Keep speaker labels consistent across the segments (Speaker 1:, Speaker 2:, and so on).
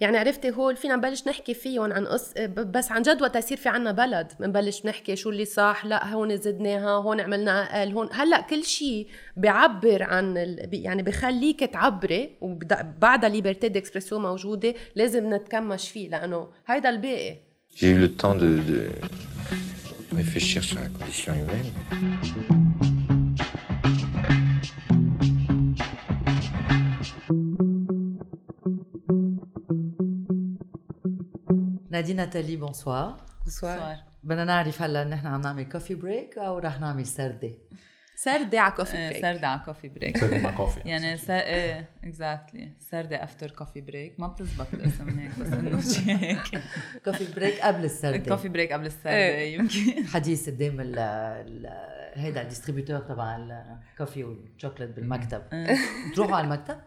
Speaker 1: يعني عرفتي هول فينا نبلش نحكي فيهم عن قص بس عن جد وقت يصير في عنا بلد بنبلش نحكي شو اللي صح لا هون زدناها هون عملنا اقل هون هلا كل شيء بيعبر عن ال... يعني بخليك تعبري وبعدها ليبرتي ديكسبرسيون موجوده لازم نتكمش فيه لانه هيدا الباقي
Speaker 2: J'ai eu le temps de, de réfléchir sur la condition humaine.
Speaker 3: نادين ناتالي بونسوار
Speaker 1: بونسوار
Speaker 3: بدنا نعرف هلا نحن عم نعمل كوفي بريك او رح نعمل سردة
Speaker 1: سردة على كوفي بريك
Speaker 4: سردة على كوفي بريك
Speaker 5: سردة مع كوفي
Speaker 4: يعني س... ايه اكزاكتلي سردة افتر كوفي بريك ما بتزبط الاسم هيك بس انه شي هيك
Speaker 3: كوفي بريك قبل السردة
Speaker 4: الكوفي بريك قبل السردة
Speaker 1: إيه.
Speaker 4: يمكن
Speaker 3: حديث قدام ال ال- هيدا الديستريبيوتور تبع الكوفي والشوكليت بالمكتب
Speaker 1: آه.
Speaker 3: بتروحوا على المكتب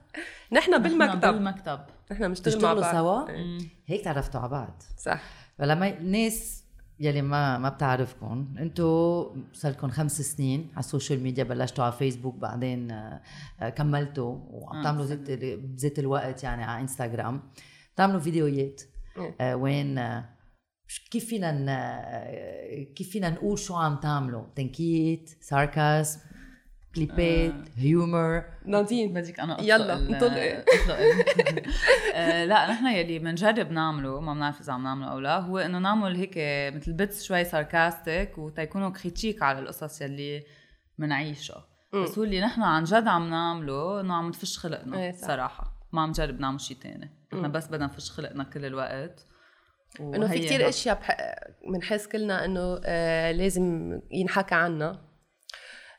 Speaker 1: نحن بالمكتب
Speaker 4: بالمكتب
Speaker 1: نحن بنشتغل مع
Speaker 3: بتشتغلوا
Speaker 1: بعض
Speaker 3: سوا
Speaker 1: إيه.
Speaker 3: هيك تعرفتوا على بعض
Speaker 1: صح
Speaker 3: فلما الناس يلي ما ما بتعرفكم انتو صار لكم خمس سنين على السوشيال ميديا بلشتوا على فيسبوك بعدين آه، آه، كملتوا وعم
Speaker 4: آه،
Speaker 3: تعملوا زيت بزيت الوقت يعني على انستغرام بتعملوا فيديوهات
Speaker 1: إيه.
Speaker 3: آه، وين آه، ش- كيف فينا ن- آه، كيف فينا نقول شو عم تعملوا تنكيت ساركاسم كليبات هيومر
Speaker 1: نادين
Speaker 4: بدك انا اطلق
Speaker 1: يلا،
Speaker 4: ال-
Speaker 1: انطلقي.
Speaker 4: اطلق ال- آه، لا نحن يلي بنجرب نعمله ما بنعرف اذا عم نعمله او لا هو انه نعمل هيك مثل بيتس شوي ساركاستيك وتيكونوا كريتيك على القصص يلي بنعيشها
Speaker 1: مم.
Speaker 4: بس هو اللي نحن عن جد عم نعمله انه عم نفش
Speaker 1: إيه
Speaker 4: خلقنا
Speaker 1: صح.
Speaker 4: صراحه ما عم نجرب نعمل شيء تاني
Speaker 1: مم.
Speaker 4: نحن بس بدنا نفش خلقنا كل الوقت
Speaker 1: انه في
Speaker 4: وهي
Speaker 1: كثير
Speaker 4: هاي-
Speaker 1: اشياء بنحس كلنا انه آه، لازم ينحكى عنها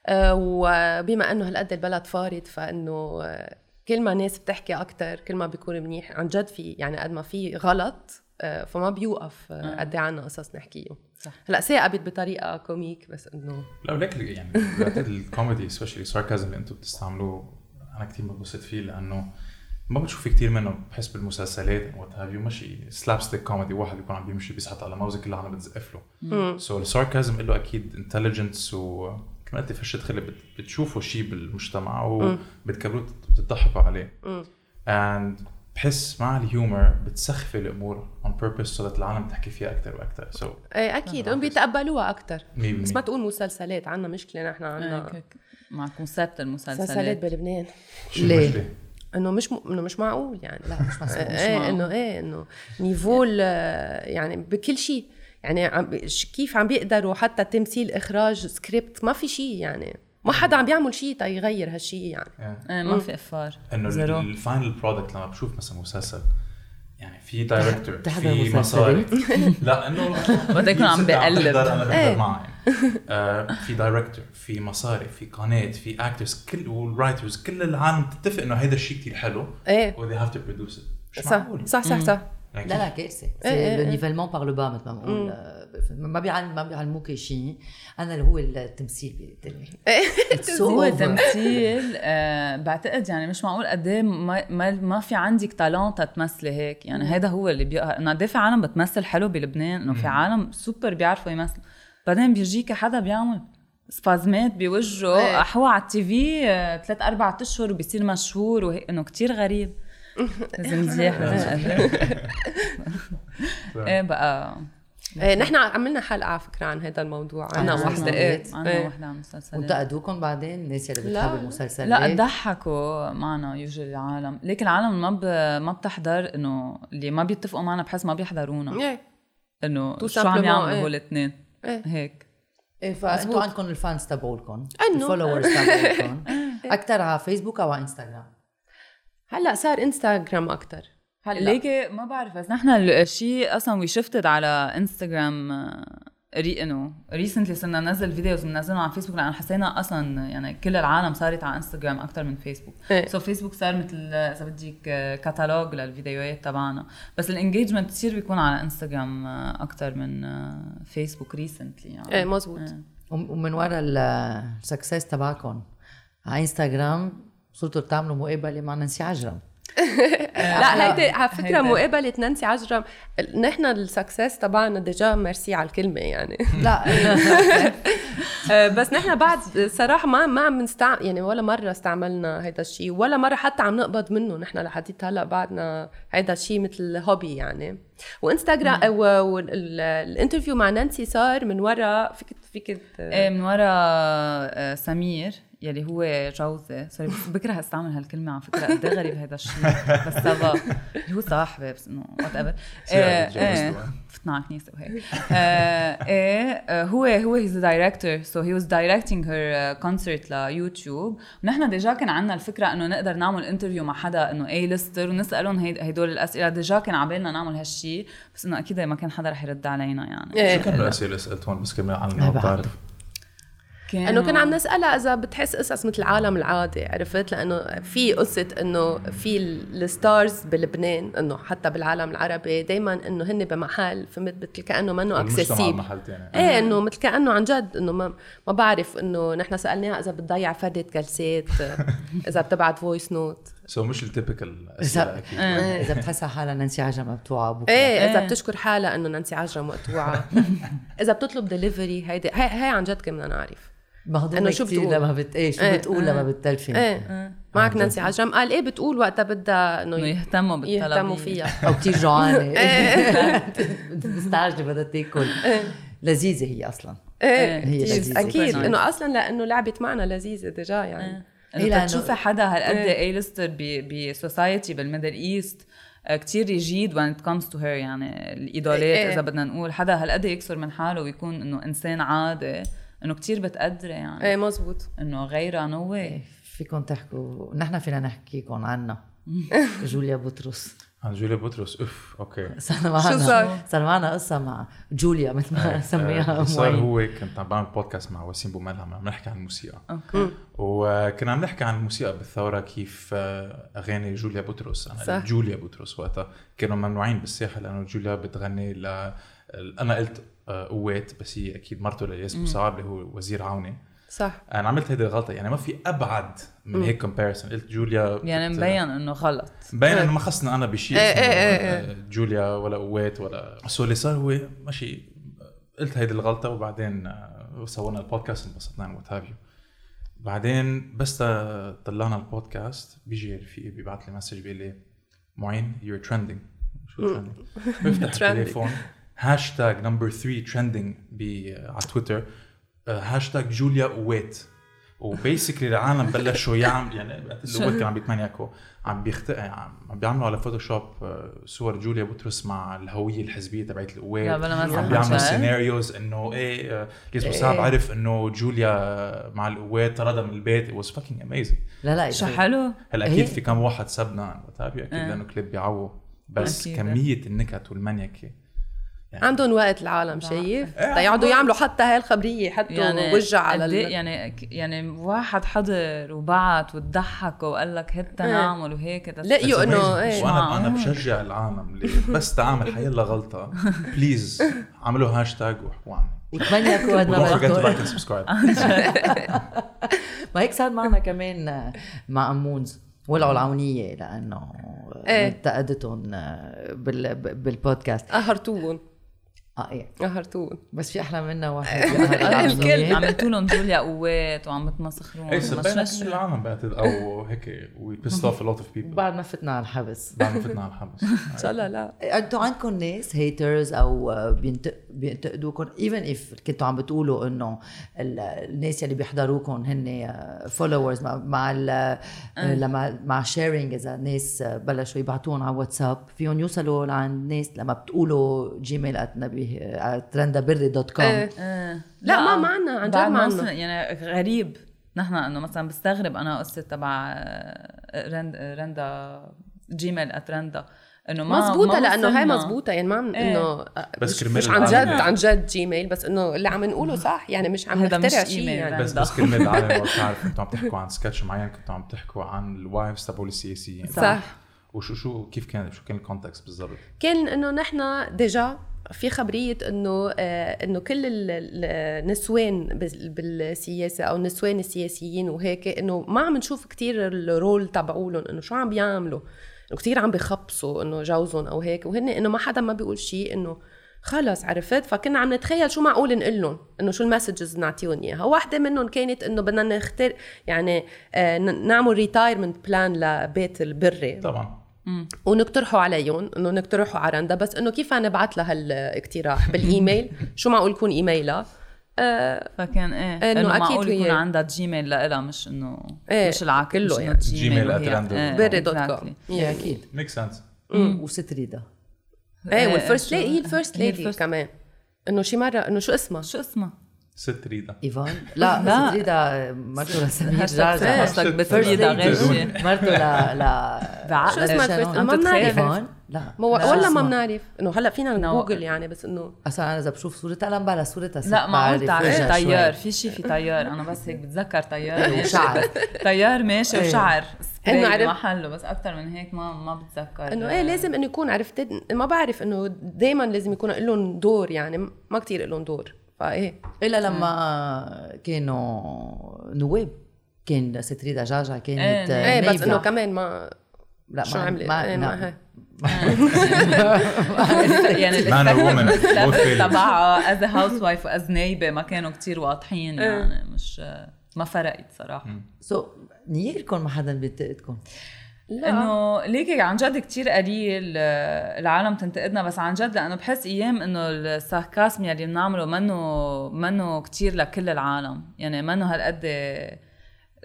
Speaker 1: آه، وبما انه هالقد البلد فارض فانه آه، كل ما ناس بتحكي اكثر كل ما بيكون منيح عن جد في يعني قد ما في غلط آه، فما بيوقف آه،
Speaker 4: آه.
Speaker 1: قد ايه عنا قصص نحكيهم
Speaker 4: صح.
Speaker 1: هلا ثاقبت بطريقه كوميك بس انه
Speaker 5: لا ولكن يعني بعتقد الكوميدي سبيشلي ساركازم اللي انتم بتستعملوه انا كثير بنبسط فيه لانه ما بتشوف كثير منه بحس بالمسلسلات وات هاف يو ماشي ستيك كوميدي واحد بيكون عم بيمشي بيسحط على موزه كلها عم بتزقف له
Speaker 1: مم.
Speaker 5: سو الساركازم له اكيد انتليجنس و كما قلت فشة خلق بت- بتشوفوا شيء بالمجتمع وبتكبروه بتضحكوا عليه
Speaker 1: مم.
Speaker 5: اند بحس مع الهيومر بتسخفي الامور on purpose so that العالم تحكي فيها اكثر واكثر سو
Speaker 1: ايه اكيد
Speaker 5: آه،
Speaker 1: هم بيتقبلوها اكثر
Speaker 5: 100%
Speaker 1: بس ما تقول مسلسلات عنا مشكله نحن
Speaker 4: إيه،
Speaker 1: عنا
Speaker 4: هيك مع
Speaker 1: مسلسلات
Speaker 4: كونسبت المسلسلات
Speaker 1: بلبنان
Speaker 5: شو
Speaker 3: ليه؟
Speaker 5: المشكلة؟
Speaker 1: انه مش م... انه مش معقول يعني
Speaker 3: لا مش مسموح
Speaker 1: ايه انه ايه انه نيفو ال- يعني بكل شيء يعني عم ش- كيف عم بيقدروا حتى تمثيل اخراج سكريبت ما في شيء يعني ما حدا عم بيعمل شيء تيغير هالشيء يعني
Speaker 5: إيه.
Speaker 4: إيه، ما في افكار
Speaker 5: انه
Speaker 4: زيرو.
Speaker 5: الفاينل برودكت لما بشوف مثلا مسلسل يعني في دايركتور
Speaker 3: بتحضر
Speaker 5: في مصاري
Speaker 3: مسلسلات؟
Speaker 5: لا انه
Speaker 4: بده يكون عم
Speaker 5: ستة
Speaker 4: بقلب.
Speaker 5: تحضر، انا
Speaker 1: إيه.
Speaker 5: بقلب معه يعني. آه، في دايركتور في مصاري في قناه في اكترز كل والرايترز كل العالم بتتفق انه هذا الشيء كثير حلو
Speaker 1: ايه
Speaker 5: وذي هاف تو برودوس ات
Speaker 1: صح صح صح صح
Speaker 5: يعني
Speaker 3: لا لا كارثه
Speaker 1: إيه،
Speaker 3: سي
Speaker 1: إيه.
Speaker 3: لو نيفلمون بار لو با مثل ما بنقول آه، ما بيعلم ما بيعلموك شيء انا اللي هو التمثيل بيقتلني It's so
Speaker 4: هو
Speaker 3: over.
Speaker 4: تمثيل آه بعتقد يعني مش معقول قد إيه ما, ما, ما في عندك تالنت تمثلي هيك يعني هذا هو اللي بيقهر انه قد إيه في عالم بتمثل حلو بلبنان انه في عالم سوبر بيعرفوا يمثلوا بعدين بيجيك حدا بيعمل سبازمات
Speaker 1: إيه.
Speaker 4: بوجهه احوى على التي في آه، ثلاث اربع اشهر وبصير مشهور وهيك انه كتير غريب لازم نزيح ايه بقى
Speaker 1: ايه نحن عملنا حلقه على فكره عن هذا الموضوع
Speaker 3: عن
Speaker 1: عنا وحده ايه
Speaker 3: المسلسلات.
Speaker 4: عنا
Speaker 1: إيه.
Speaker 4: وحده عن المسلسلات
Speaker 3: وانتقدوكم بعدين الناس اللي
Speaker 1: لا،
Speaker 3: بتحب المسلسلات
Speaker 4: لا ضحكوا معنا يوجد العالم لكن العالم ما ب... ما بتحضر انه اللي ما بيتفقوا معنا بحس ما بيحضرونا
Speaker 1: ايه
Speaker 4: انه
Speaker 1: Tout
Speaker 4: شو عم
Speaker 1: simplement,
Speaker 4: يعملوا
Speaker 1: إيه.
Speaker 4: هول الاثنين
Speaker 1: إيه.
Speaker 4: هيك
Speaker 3: إيه،
Speaker 1: مزبوط.
Speaker 3: فانتوا عندكم الفانز تبعولكم
Speaker 1: إنه.
Speaker 3: الفولورز تبعولكم اكثر على فيسبوك او على انستغرام
Speaker 1: هلا صار انستغرام اكثر هلا
Speaker 4: ليك ما بعرف بس نحن الشيء اصلا وي شفتد على انستغرام آه، ري انه ريسنتلي صرنا ننزل فيديوز بننزلهم على فيسبوك لان حسينا اصلا يعني كل العالم صارت على انستغرام اكثر من فيسبوك
Speaker 1: إيه.
Speaker 4: سو فيسبوك صار مثل آه، اذا بدك آه، كتالوج للفيديوهات تبعنا بس الانجيجمنت كثير بيكون على انستغرام اكثر من آه، فيسبوك ريسنتلي يعني
Speaker 1: ايه مزبوط
Speaker 4: إيه.
Speaker 3: وم- ومن وراء eh السكسس تبعكم على انستغرام صرتوا تعملوا مقابله مع نانسي عجرم آه،
Speaker 1: لا هيدي على فكره مقابله نانسي عجرم نحن السكسس تبعنا ديجا ميرسي على الكلمه يعني
Speaker 3: لا
Speaker 1: آه، بس نحن بعد صراحه ما ما عم نستع يعني ولا مره استعملنا هذا الشيء ولا مره حتى عم نقبض منه نحن لحديت هلا بعدنا هذا الشيء مثل هوبي يعني وانستغرام والانترفيو مع نانسي صار من ورا فيك فيك
Speaker 4: ايه من ورا آه، سمير يلي هو جوزي سوري بس بكره استعمل هالكلمه على فكره قد إيه غريب هذا الشيء بس سافا اللي هو صاحبي بس آه، انه وات ايفر
Speaker 5: سيارة جوزته.
Speaker 4: فتنا على كنيسه وهيك آه، ايه آه، هو هو هيز دايركتور سو هي واز دايركتينج هير كونسرت ليوتيوب ونحن ديجا كان عندنا الفكره انه نقدر نعمل انترفيو مع حدا انه اي ليستر ونسالهم هيد- هدول الاسئله ديجا كان عبالنا نعمل هالشيء بس انه اكيد ما كان حدا رح يرد علينا يعني
Speaker 5: شو كانوا الاسئله سالتهم بس كمان عن
Speaker 3: بعرف.
Speaker 5: بعرف
Speaker 1: انه كنا عم نسالها اذا بتحس قصص مثل العالم العادي عرفت لانه في قصه انه في ال- الستارز بلبنان انه حتى بالعالم العربي دائما انه هن بمحل فهمت مثل كانه منه
Speaker 5: المجتمع
Speaker 1: اكسسيبل
Speaker 5: محل تاني
Speaker 1: ايه انه مثل كانه عن جد انه ما ما بعرف انه نحن سالناها اذا بتضيع فردة كلسات اذا بتبعت فويس نوت
Speaker 5: سو مش التيبكال اسئله
Speaker 3: اذا
Speaker 5: اكيد
Speaker 3: إذا بتحسها حالها نانسي عجب مبتوعه بكره
Speaker 1: ايه اذا بتشكر حالها انه نانسي عجرم مقطوعه اذا بتطلب ديليفري هيدي هي, هي عن جد كنا نعرف
Speaker 3: مهضومه
Speaker 1: إنه شو
Speaker 3: كثير
Speaker 1: بتقول؟
Speaker 3: لما بت ايه شو
Speaker 1: إيه.
Speaker 3: بتقول لما بتلفن
Speaker 1: ايه معك نانسي عجرم قال ايه بتقول وقتها بدها انه
Speaker 4: انه
Speaker 1: ي-
Speaker 4: يهتموا بالطلبيه
Speaker 1: يهتموا فيها
Speaker 3: او كثير جوعانه
Speaker 1: إيه.
Speaker 3: مستعجله بدها تاكل لذيذه هي اصلا
Speaker 1: ايه
Speaker 3: هي
Speaker 1: كتير.
Speaker 3: لذيذة.
Speaker 1: اكيد
Speaker 4: Super nice.
Speaker 1: انه اصلا لانه لعبت معنا لذيذه ديجا يعني
Speaker 4: إنه
Speaker 3: إيه لأنه-
Speaker 4: تشوفي حدا هالقد
Speaker 1: إيه.
Speaker 4: اي ليستر بسوسايتي بالميدل ايست كتير ريجيد وان ات كمز تو هير يعني
Speaker 1: إيه.
Speaker 4: الايدولات اذا بدنا نقول حدا هالقد يكسر من حاله ويكون انه انسان عادي انه كتير بتقدره
Speaker 1: ايه
Speaker 4: يعني
Speaker 1: مزبوط
Speaker 4: انه غيرها نو واي
Speaker 1: إيه.
Speaker 3: فيكم تحكوا نحن فينا نحكيكم عنا جوليا بطرس
Speaker 5: عن جوليا بطرس اوف اوكي
Speaker 3: صار
Speaker 1: صار؟
Speaker 3: معنا صار معنا قصه مع جوليا مثل ما
Speaker 5: آه،
Speaker 3: سميها
Speaker 5: اللي صار
Speaker 3: معين.
Speaker 5: هو كنت عم بعمل بودكاست مع وسيم بوملهم عم نحكي عن الموسيقى
Speaker 4: اوكي
Speaker 5: وكنا عم نحكي عن الموسيقى بالثوره كيف آه، اغاني جوليا بطرس انا
Speaker 1: صح.
Speaker 5: صح. جوليا بطرس وقتها كانوا ممنوعين بالساحه لانه جوليا بتغني ل انا قلت آه، قوات بس هي اكيد مرته للياس مصعب اللي هو وزير عوني
Speaker 1: صح
Speaker 5: انا عملت هيدي الغلطه يعني ما في ابعد من هيك كومباريسون قلت جوليا
Speaker 4: يعني
Speaker 5: بت-
Speaker 4: مبين انه غلط
Speaker 5: مبين انه ما خصنا انا بشيء
Speaker 1: إيه
Speaker 5: اسمه،
Speaker 1: إيه إيه
Speaker 5: آه، جوليا ولا قوات ولا سو اللي صار هو ماشي آه، قلت هيدي الغلطه وبعدين آه، سوينا البودكاست انبسطنا وات هاف يو بعدين بس تا- طلعنا البودكاست بيجي رفيقي بيبعت لي مسج بيقول لي معين يور ترندنج شو ترندنج؟ بفتح
Speaker 1: Trending.
Speaker 5: التليفون هاشتاج نمبر 3 ترندنج على تويتر آه، هاشتاج جوليا قوات وبيسكلي العالم بلشوا يعمل يعني وقت الاول كان عم بيتمنيكوا عم بيخت عم عم بيعملوا على فوتوشوب آه، صور جوليا بطرس مع الهويه الحزبيه تبعت القوات
Speaker 4: لا بلا إيه. ما
Speaker 5: عم
Speaker 4: نسمع
Speaker 5: بيعملوا
Speaker 4: شيء.
Speaker 5: سيناريوز انه ايه آه، ليز مصعب عرف انه جوليا مع القوات طردها من البيت it was fucking amazing
Speaker 3: لا لا
Speaker 4: شو حلو
Speaker 5: هلا اكيد
Speaker 3: إيه.
Speaker 5: في كم واحد سبنا وتابع اكيد
Speaker 4: إيه.
Speaker 5: لانه كليب بيعوه بس
Speaker 4: أكيد. إيه.
Speaker 5: كميه النكت والمنيكه
Speaker 1: عندهم وقت العالم شايف تيقعدوا يعملوا حتى هاي الخبريه حتى يعني وجع على
Speaker 4: قد
Speaker 1: ال...
Speaker 4: إيه يعني ك- يعني واحد حضر وبعت وتضحك وقال لك هات نعمل
Speaker 1: إيه.
Speaker 4: وهيك that's
Speaker 1: لقيوا
Speaker 5: It's
Speaker 1: انه
Speaker 5: amazing.
Speaker 1: ايه
Speaker 5: وانا انا
Speaker 4: إيه.
Speaker 5: بشجع العالم اللي بس تعمل حيلا غلطه بليز اعملوا هاشتاج واعملوا
Speaker 3: وتمنى كود
Speaker 5: Don't
Speaker 3: ما
Speaker 5: forget to like
Speaker 3: بدكم
Speaker 5: and subscribe.
Speaker 3: ما هيك صار معنا كمان آه، مع امونز ولعوا العونيه لانه آه،
Speaker 1: إيه.
Speaker 3: انتقدتهم آه، بال- ب- بالبودكاست
Speaker 1: قهرتوهم
Speaker 3: اه ايه
Speaker 1: قهرتوهم
Speaker 3: بس في احلى منا واحد
Speaker 4: الكل
Speaker 3: الكل
Speaker 4: عملتوا لهم جوليا قوات وعم بتمسخرون
Speaker 5: ايه
Speaker 4: بس
Speaker 5: سبينا
Speaker 4: شو-
Speaker 5: كل العالم بعتقد او هيك وي pissed off a lot of people بعد
Speaker 3: بعد ما فتنا على الحبس
Speaker 5: ما فتنا على الحبس
Speaker 1: ان شاء الله لا
Speaker 3: انتوا عندكم ناس هيترز او آه، بينتق- بينتقدوكم ايفن اف كنتوا عم بتقولوا انه ال- الناس اللي بيحضروكم هن فولورز مع مع ال- آه، لما مع شيرنج اذا ناس آه، بلشوا يبعتون على واتساب فيهم يوصلوا لعند ناس لما بتقولوا جيميل ات نبيه ترندابري دوت كوم
Speaker 1: إيه.
Speaker 4: إيه.
Speaker 1: لا، ما- ما عنا، عن جد
Speaker 4: بعد
Speaker 1: ما عنا.
Speaker 4: وصلنا- يعني غريب نحن انه مثلا بستغرب انا قصه تبع آه، رند رندا جيميل ات رندا انه ما
Speaker 1: مزبوطة
Speaker 4: ما
Speaker 1: لأنه هاي
Speaker 4: وصلنا.
Speaker 1: مزبوطة يعني ما عم
Speaker 4: إيه.
Speaker 1: إنه
Speaker 5: بس
Speaker 1: مش,
Speaker 5: كرمال
Speaker 1: مش عن جد
Speaker 5: العالم.
Speaker 1: عن جد جيميل بس إنه اللي عم نقوله صح يعني مش عم
Speaker 4: هذا مش
Speaker 1: نخترع شيء
Speaker 4: إيميل،
Speaker 1: يعني
Speaker 5: بس بس كلمة العالم ما بتعرف انتوا عم تحكوا عن سكتش معين كنتوا عم تحكوا عن الوايفز تبعوا السياسيين
Speaker 1: صح.
Speaker 5: وشو شو كيف كان شو كان الكونتكست بالضبط؟
Speaker 1: كان انه نحن ديجا في خبريه انه آه، انه كل ال- ال- النسوان بال- بالسياسه او النسوان السياسيين وهيك انه ما عم نشوف كتير الرول تبعولن انه شو عم بيعملوا انه كثير عم بخبصوا انه جوزهم او هيك وهن انه ما حدا ما بيقول شيء انه خلص عرفت فكنا عم نتخيل شو معقول نقول لهم انه شو المسجز نعطيهم اياها واحده منهم كانت انه بدنا نختار يعني آه، ن- نعمل ريتايرمنت بلان لبيت البري
Speaker 5: طبعا
Speaker 1: ونقترحوا عليهم انه نقترحوا على رندا بس انه كيف نبعث لها هالاقتراح بالايميل شو معقول يكون ايميلها آه
Speaker 4: فكان ايه
Speaker 1: إنه
Speaker 4: انه
Speaker 1: أكيد
Speaker 4: معقول يكون
Speaker 1: هي-
Speaker 4: عندها جيميل لإلها مش انه
Speaker 1: إيه،
Speaker 4: مش العكس
Speaker 1: كله
Speaker 4: مش
Speaker 1: يعني.
Speaker 4: إنه Gmail
Speaker 5: Gmail
Speaker 4: وهي-
Speaker 5: at random.
Speaker 4: إيه،
Speaker 1: بري دوت كوم
Speaker 4: exactly.
Speaker 3: إيه، اكيد
Speaker 5: ميك سنس
Speaker 3: وستريدا
Speaker 1: ايه
Speaker 4: إيه،
Speaker 1: والفيرست
Speaker 4: شو-
Speaker 1: ليدي هي الفيرست
Speaker 4: هي
Speaker 1: ليدي
Speaker 4: الفيرست-
Speaker 1: كمان انه شي مره انه شو اسمها
Speaker 4: شو اسمها؟
Speaker 5: ست ريدا
Speaker 4: إيه.
Speaker 3: ايفان لا
Speaker 4: لا.
Speaker 3: ستريدا مرته لسمير
Speaker 4: هاشتاغ-
Speaker 3: جارجا
Speaker 4: هاشتاغ
Speaker 5: شو-
Speaker 4: بتريدا
Speaker 5: شو-
Speaker 4: غير شيء
Speaker 5: بدون-
Speaker 3: مرته ل ل
Speaker 4: بعقل
Speaker 1: شو اسمها
Speaker 3: شنو؟
Speaker 1: الفيرست
Speaker 3: عم
Speaker 1: ما بنعرف
Speaker 3: ايفان لا
Speaker 1: يعني ما هو- ولا ما
Speaker 3: اسمها.
Speaker 1: بنعرف انه هلا فينا
Speaker 4: No.
Speaker 1: نجوجل يعني بس انه
Speaker 3: اصلا انا اذا بشوف صورتها لا بلا صورتها صرت
Speaker 4: لا ما
Speaker 3: بعرف
Speaker 4: قلت تعرف
Speaker 3: وجهها شوي.
Speaker 4: تيار في شيء في تيار انا بس هيك بتذكر تيار ماشي
Speaker 3: وشعر.
Speaker 4: تيار ماشي
Speaker 3: إيه.
Speaker 4: وشعر
Speaker 1: إنه
Speaker 4: انه
Speaker 1: عرفت-
Speaker 4: عرف محله بس اكثر من هيك ما ما بتذكر
Speaker 1: انه ايه لازم انه يكون عرفت ما بعرف انه دائما لازم يكون لهم دور يعني ما كتير لهم دور فايه
Speaker 3: الا لما كانوا نواب كان ستريدا جارجا كانت
Speaker 4: إيه،
Speaker 1: ايه بس
Speaker 3: نايبة.
Speaker 1: انه كمان ما
Speaker 3: لا
Speaker 1: شو
Speaker 3: ما-
Speaker 1: عملت؟
Speaker 3: ما
Speaker 1: إيه، ما
Speaker 3: لا.
Speaker 1: هي.
Speaker 4: يعني
Speaker 5: Man and woman, both failed.
Speaker 4: تبعها از هاوس وايف واز نايبه ما كانوا كتير واضحين يعني مش ما فرقت صراحه
Speaker 3: سو نييركم ما حدا بينتقدكم
Speaker 4: انه ليكي عن جد كتير قليل آه، العالم تنتقدنا بس عن جد لانه بحس ايام انه الساركاسم يلي بنعمله منه منه كتير لكل العالم يعني منه هالقد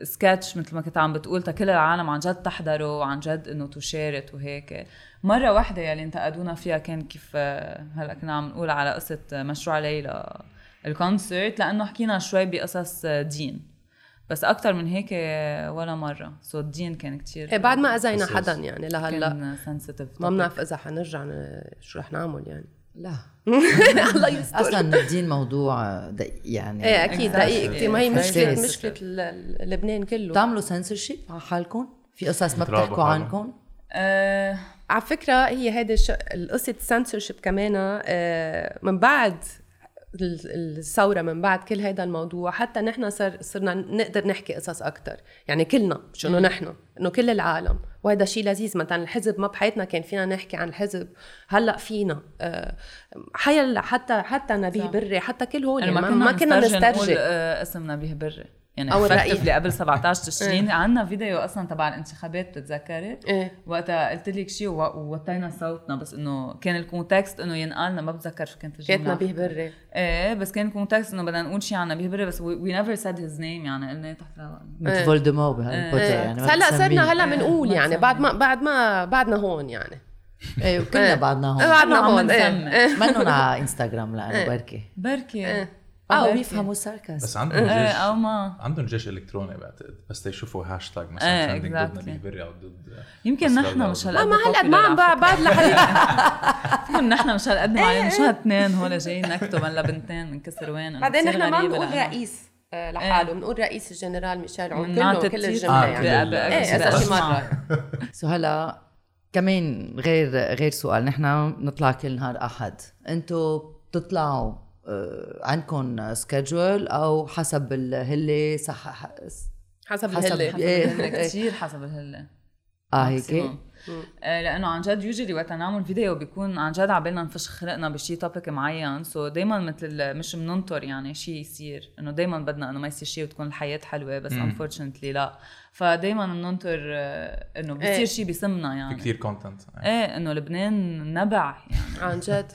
Speaker 4: سكتش مثل ما كنت عم بتقول تكل العالم عن جد تحضره وعن جد انه تشارك وهيك مره واحده يلي انتقدونا فيها كان كيف آه، هلا كنا عم نقول على قصه آه، مشروع ليلى الكونسرت لانه حكينا شوي بقصص آه، دين بس اكثر من هيك آه، ولا مره سو الدين كان كتير
Speaker 1: إيه، بعد ما اذينا
Speaker 5: بس-
Speaker 1: حدا يعني لهلا
Speaker 4: كان sensitive
Speaker 1: ما
Speaker 4: topic.
Speaker 1: بنعرف اذا حنرجع ن- شو رح نعمل يعني
Speaker 3: لا
Speaker 1: الله يستر
Speaker 3: اصلا الدين موضوع دقيق يعني
Speaker 1: ايه اكيد
Speaker 4: Exactly.
Speaker 1: دقيق كثير ما هي
Speaker 4: Very
Speaker 1: مشكله
Speaker 3: sensitive.
Speaker 1: مشكله ل- لبنان كله
Speaker 3: بتعملوا سنسورشيب على حالكم في قصص ما
Speaker 5: بتراقبوا
Speaker 3: بتحكوا
Speaker 5: حالهم.
Speaker 3: عنكم
Speaker 4: آه،
Speaker 1: على فكره هي هيدا الش... قصه السنسورشيب كمان آه، من بعد ال- الثوره من بعد كل هيدا الموضوع حتى نحن صر صرنا نقدر نحكي قصص اكثر يعني كلنا مش انه نحن انه كل العالم وهذا شيء لذيذ مثلا الحزب ما بحياتنا كان فينا نحكي عن الحزب هلا فينا آه، حيلا حتى حتى نبيه
Speaker 4: صح.
Speaker 1: بري حتى كل هول
Speaker 4: يعني
Speaker 1: يعني ما, ما كنا
Speaker 4: نقول
Speaker 1: نسترجي
Speaker 4: آه، اسم نبيه بري يعني
Speaker 1: أو
Speaker 4: أو
Speaker 1: الرئيس.
Speaker 4: اللي قبل 17 تشرين عندنا فيديو اصلا تبع الانتخابات بتتذكري؟
Speaker 1: إيه.
Speaker 4: وقتها قلت لك شيء وو- ووطينا صوتنا بس انه كان الكونتكست انه ينقالنا ما بتذكر شو كانت الجمله
Speaker 1: كانت نبيه بري
Speaker 4: ايه بس كان الكونتكست انه بدنا نقول شيء عن نبيه بري بس وي نيفر سيد هيز نيم يعني قلنا تحت رابع.
Speaker 3: مثل فولدمور بهاري بوتر
Speaker 1: إيه.
Speaker 3: يعني ما
Speaker 1: هلا صرنا
Speaker 3: بتسميه.
Speaker 1: هلا
Speaker 4: إيه،
Speaker 1: بنقول
Speaker 4: ما
Speaker 1: يعني
Speaker 4: بتسميه.
Speaker 1: بعد ما بعد ما بعدنا هون يعني
Speaker 3: ايه
Speaker 1: إيه.
Speaker 3: وكلنا بعدنا هون
Speaker 1: بعدنا
Speaker 4: عم
Speaker 1: هون
Speaker 4: نسمي.
Speaker 1: ايه
Speaker 3: منهم على انستغرام
Speaker 1: إيه.
Speaker 3: لانه بركي
Speaker 4: بركي
Speaker 3: او
Speaker 1: آه،
Speaker 4: بركي.
Speaker 3: بيفهموا الساركاس
Speaker 5: بس عندهم
Speaker 4: ايه
Speaker 5: جيش
Speaker 4: او ما
Speaker 5: عندهم جيش الكتروني بعتقد بس تيشوفوا هاشتاج
Speaker 4: إيه،
Speaker 5: مثلا trending ضد
Speaker 4: exactly.
Speaker 5: نبيه بري او ضد
Speaker 4: يمكن
Speaker 5: بس
Speaker 4: نحن
Speaker 5: لو-
Speaker 4: مش
Speaker 5: لو-
Speaker 4: هالقد
Speaker 1: ما هلا ما عم
Speaker 4: popular على
Speaker 1: بع- بعد لحد
Speaker 4: فكرة. نحن مش هالقد
Speaker 1: إيه.
Speaker 4: معين مش هالتنين هول جايين نكتب هلا بنتين بنكسر وين إنه
Speaker 1: بعدين
Speaker 4: كتير
Speaker 1: نحن ما
Speaker 4: غريبة إيه.
Speaker 1: بنقول
Speaker 4: لأنه-
Speaker 1: رئيس آه، لحاله بنقول رئيس الجنرال ميشيل عون
Speaker 4: منعطي
Speaker 1: كله كل
Speaker 4: كتير
Speaker 1: الجمله
Speaker 5: آه،
Speaker 1: يعني
Speaker 5: كل-
Speaker 1: ايه اذا شي مره
Speaker 3: سو هلا كمان غير غير سؤال نحن بنطلع كل نهار احد انتو بتطلعوا آه، عندكم سكجول او حسب الهله صح ح-
Speaker 1: حسب
Speaker 3: حسب-
Speaker 1: الهله
Speaker 3: إيه.
Speaker 4: كثير حسب الهلة
Speaker 3: اه
Speaker 4: maximum.
Speaker 3: هيك
Speaker 4: آه، لانه عن جد يوجلي وقت نعمل فيديو بيكون عن جد عبالنا نفش خلقنا بشي توبيك معين سو دائما مثل ال- مش بننطر يعني شي يصير انه دائما بدنا انه ما يصير شي وتكون الحياه حلوه بس انفورشنتلي لا فدائما بننطر آه، انه
Speaker 1: إيه.
Speaker 4: بيصير شي بسمنا
Speaker 5: في
Speaker 4: يعني
Speaker 5: كثير كونتنت
Speaker 4: ايه انه لبنان نبع يعني
Speaker 1: عن جد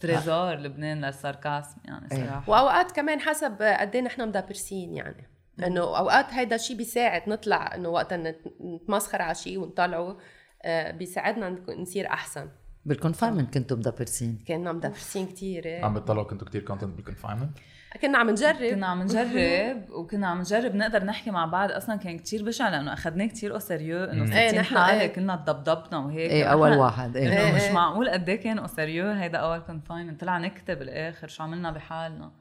Speaker 4: تريزور لبنان للساركاسم يعني
Speaker 3: إيه.
Speaker 4: صراحه
Speaker 1: واوقات كمان حسب قد ايه نحن مدبرسين يعني انه اوقات هيدا الشيء بيساعد نطلع انه وقتا نت- نتمسخر على شيء ونطلعه آه، بيساعدنا نك- نصير احسن
Speaker 3: بالكونفاينمنت كنتوا مدبرسين
Speaker 1: كنا مدبرسين كثير
Speaker 5: عم بتطلعوا كنتوا كثير كونتنت بالكونفاينمنت
Speaker 1: كنا عم نجرب
Speaker 4: كنا عم نجرب وكنا عم نجرب نقدر نحكي مع بعض اصلا كان كتير بشع لانه اخذناه كتير او سيريو انه
Speaker 1: إيه،
Speaker 4: ستين
Speaker 1: نحن
Speaker 4: حلقه
Speaker 1: إيه.
Speaker 4: كنا تضبضبنا وهيك
Speaker 3: ايه اول
Speaker 4: ونحن-
Speaker 3: واحد ايه
Speaker 4: انه
Speaker 1: إيه، إيه.
Speaker 4: مش معقول قد ايه كان او سيريو هيدا اول كونفاينمنت طلع نكته بالاخر شو عملنا بحالنا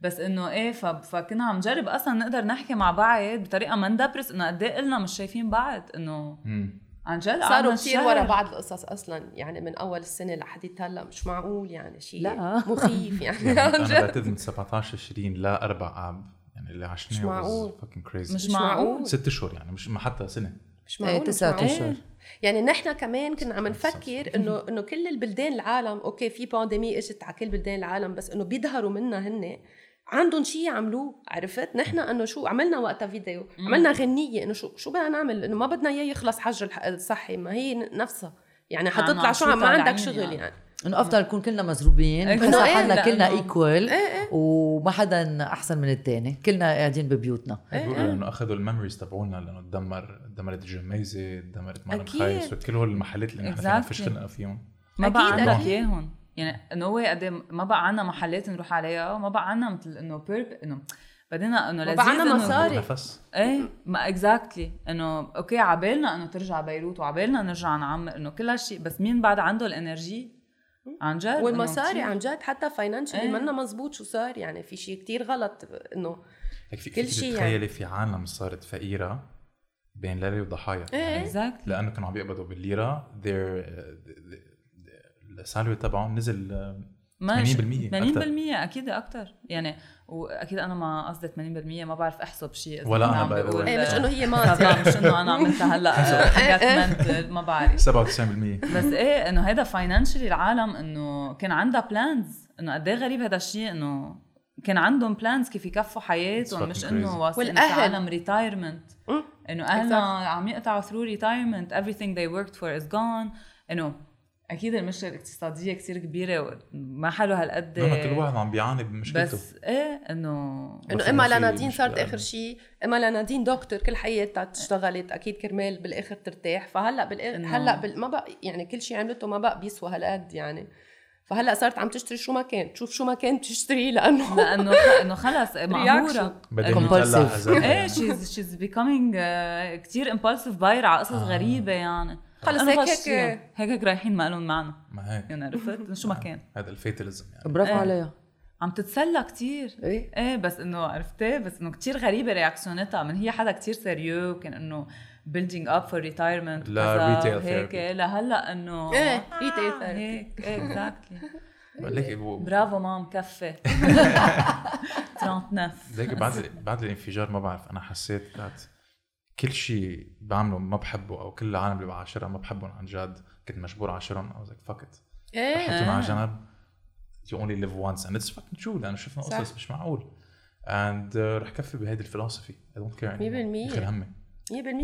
Speaker 4: بس انه ايه ف... فكنا عم نجرب اصلا نقدر نحكي مع بعض بطريقه ما ندبرس انه قد ايه قلنا مش شايفين بعض انه عن جد
Speaker 1: صاروا
Speaker 4: قعدنا
Speaker 1: كثير
Speaker 4: شهر.
Speaker 1: ورا بعض القصص اصلا يعني من اول السنه لحديت هلا مش معقول يعني شيء
Speaker 3: لا.
Speaker 1: مخيف يعني عن
Speaker 5: انا
Speaker 1: جد
Speaker 5: بعتقد من 17 20 ل 4 اب يعني اللي عشناه
Speaker 1: مش معقول.
Speaker 5: فاكينج كريزي
Speaker 4: مش معقول
Speaker 5: ست اشهر يعني مش ما حتى سنه
Speaker 1: مش
Speaker 3: ايه
Speaker 1: معقول مش
Speaker 3: تسعة
Speaker 1: معقول.
Speaker 3: اشهر
Speaker 1: يعني نحن كمان كنا عم نفكر انه انه كل البلدان العالم اوكي في بانديمي اجت على كل بلدان العالم بس انه بيظهروا منا هن عندهم شيء يعملوه عرفت نحن انه شو عملنا وقتها فيديو عملنا غنيه انه شو شو بدنا نعمل انه ما بدنا اياه يخلص حج الح- الصحي ما هي ن- نفسها يعني حتطلع
Speaker 4: عم
Speaker 1: شو
Speaker 4: شو
Speaker 1: ما عندك
Speaker 4: طالعين
Speaker 1: شغل
Speaker 4: يعني.
Speaker 1: يعني
Speaker 3: انه افضل نكون كلنا مزروبين
Speaker 4: إيه،
Speaker 3: بس
Speaker 1: إنه إيه،
Speaker 3: حالنا
Speaker 4: لأنه-
Speaker 3: كلنا ايكوال
Speaker 1: إيه،
Speaker 3: وما حدا احسن من الثاني كلنا قاعدين ببيوتنا
Speaker 5: بيقولوا انه اخذوا الميموريز تبعونا لانه تدمر دمرت الجميزه تدمرت معنا
Speaker 1: أكيد.
Speaker 5: مخايس كل هول المحلات اللي نحن فينا
Speaker 4: Exactly.
Speaker 5: فيش خلقنا فيهم
Speaker 4: ما بقى
Speaker 1: أكيد،
Speaker 4: عندك
Speaker 5: أكيد.
Speaker 4: اياهم يعني نو واي قد إيه ما بقى عنا محلات نروح عليها وما بقى عنا مثل انه بيرب انه بدينا انه
Speaker 1: ما
Speaker 4: لذيذ
Speaker 1: بقى عنا
Speaker 4: إنه-
Speaker 1: مصاري. سوري.
Speaker 5: نفس
Speaker 4: ايه ما اكزاكتلي انه اوكي عبالنا انه ترجع بيروت وعبالنا نرجع نعمر انه كل هالشيء بس مين بعد عنده الانرجي عن جد إنه
Speaker 1: والمصاري
Speaker 4: كتير.
Speaker 1: عن جد حتى فاينانشلي
Speaker 4: إيه.
Speaker 1: منا مزبوط شو صار يعني في شيء كتير غلط انه
Speaker 5: هيك في
Speaker 1: كل
Speaker 5: كل
Speaker 1: شي
Speaker 5: شيء تخيلي في عالم صارت فقيره بين ليله وضحايا
Speaker 1: إيه.
Speaker 4: Exactly.
Speaker 5: لانه كانوا عم يقبضوا بالليره their السالري تبعهم نزل آه،
Speaker 4: ما
Speaker 5: 80%
Speaker 4: 80% اكيد اكثر يعني واكيد انا ما قصدي 80% ما بعرف احسب شيء إذا
Speaker 5: ولا
Speaker 4: كنت
Speaker 5: أنا
Speaker 4: عم
Speaker 5: by the way.
Speaker 4: بقول-
Speaker 1: إيه مش انه هي ماضيه
Speaker 4: طبعاً مش انه انا عملتها هلا حاجات mental، ما بعرف
Speaker 5: 97%
Speaker 4: بس ايه انه هيدا فاينانشلي العالم انه كان عندها بلانز انه قد ايه غريب هذا الشيء انه كان عندهم بلانز كيف يكفوا حياتهم
Speaker 5: It's
Speaker 4: مش
Speaker 5: fucking crazy.
Speaker 4: انه واثقين
Speaker 1: والأهل.
Speaker 4: في عالم ريتايرمنت
Speaker 1: مم.
Speaker 4: انه اهلنا عم يقطعوا ثرو ريتايرمنت everything they worked for is gone انه اكيد المشكله الاقتصاديه كتير كبيره وما حلو هالقد
Speaker 5: لانه كل واحد عم بيعاني بمشكلته
Speaker 4: بس ايه انه
Speaker 1: انه
Speaker 5: مثلاً
Speaker 1: اما
Speaker 5: في
Speaker 1: لنادين صارت
Speaker 5: مشكلة.
Speaker 1: اخر شيء اما لنادين دكتور كل حياتها اشتغلت اكيد كرمال بالاخر ترتاح فهلا بالاخر
Speaker 4: إنه-
Speaker 1: هلا بال... ما بقى يعني كل شيء عملته ما بقى بيسوى هالقد يعني فهلا صارت عم تشتري شو ما كان تشوف شو ما كان تشتري لانه
Speaker 4: لانه انه خلص مقهوره
Speaker 5: بعدين
Speaker 4: إنه-
Speaker 3: Compulsive.
Speaker 5: يطلع هذا
Speaker 4: ايه شيز شيز بيكامينج كثير امبالسيف باير على قصص
Speaker 5: آه.
Speaker 4: غريبه يعني
Speaker 1: خلص
Speaker 4: أنا
Speaker 1: هيك-
Speaker 4: خلص
Speaker 1: هيك-
Speaker 4: فيهم. هيك هيك رايحين ما لهم معنى
Speaker 5: ما هيك
Speaker 4: يعني عرفت شو ما كان
Speaker 5: هذا الفيتاليزم يعني
Speaker 3: برافو
Speaker 4: إيه.
Speaker 3: عليها
Speaker 4: عم تتسلى كتير
Speaker 1: إيه.
Speaker 3: ايه
Speaker 4: ايه بس انه عرفتي بس انه كتير غريبه رياكسيوناتها من هي حدا كتير سيريو وكان انه building up for retirement
Speaker 5: لا
Speaker 4: وكذا
Speaker 5: retail
Speaker 4: وهيك
Speaker 5: therapy.
Speaker 4: إيه، لهلا انه
Speaker 1: ايه هي تاثر
Speaker 4: هيك ايه اكزاكتلي
Speaker 5: ليك إيه، و-
Speaker 4: برافو مام كفي 39
Speaker 5: ليك بعد بعد الانفجار ما بعرف انا حسيت ذات كل شيء بعمله ما بحبه او كل العالم اللي بعاشرها ما بحبهم عن جد كنت مجبور عاشرهم او زيك فكت
Speaker 1: ايه
Speaker 5: حطهم
Speaker 4: آه.
Speaker 5: على جنب you only live once and it's fucking true لانه شفنا
Speaker 1: صح.
Speaker 5: قصص مش معقول and uh, رح كفي بهيدي الفلسفه I don't
Speaker 1: 100%
Speaker 5: care anymore. مش غير همي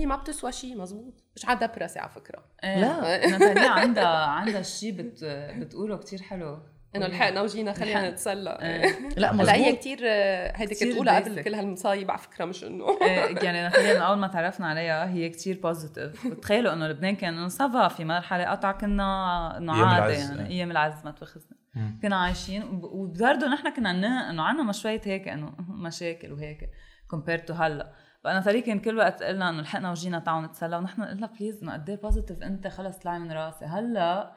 Speaker 1: 100% ما بتسوى شيء مزبوط مش عاد برسي على فكره
Speaker 4: لا ايه. نتاليا عندها عندها شيء بت بتقوله كتير حلو
Speaker 1: انه لحقنا وجينا خلينا
Speaker 4: لحق.
Speaker 1: نتسلى
Speaker 4: إيه.
Speaker 3: لا
Speaker 1: هلا
Speaker 3: مزبوط
Speaker 1: هي كثير هيدي كنت
Speaker 4: كتير
Speaker 1: اولى قبل
Speaker 4: basic.
Speaker 1: كل هالمصايب على فكره مش انه
Speaker 4: إيه، يعني نتاليا من اول ما تعرفنا عليها هي كتير بوزيتيف تخيلوا انه لبنان كان انه سافا في مرحله قطع كنا انه
Speaker 5: أيام
Speaker 4: عادي
Speaker 5: العز،
Speaker 4: يعني
Speaker 5: إيه.
Speaker 4: ايام العز ما تواخذنا
Speaker 5: مم.
Speaker 4: كنا عايشين وب- وبرضه نحن كنا ن- انه عنا ما شويه هيك انه مشاكل وهيك كومبيرد تو هلا فانا طريق كان كل وقت قلنا انه لحقنا وجينا تعالوا نتسلى ونحن قلنا بليز انه قد ايه بوزيتيف انت خلص طلع من راسي هلا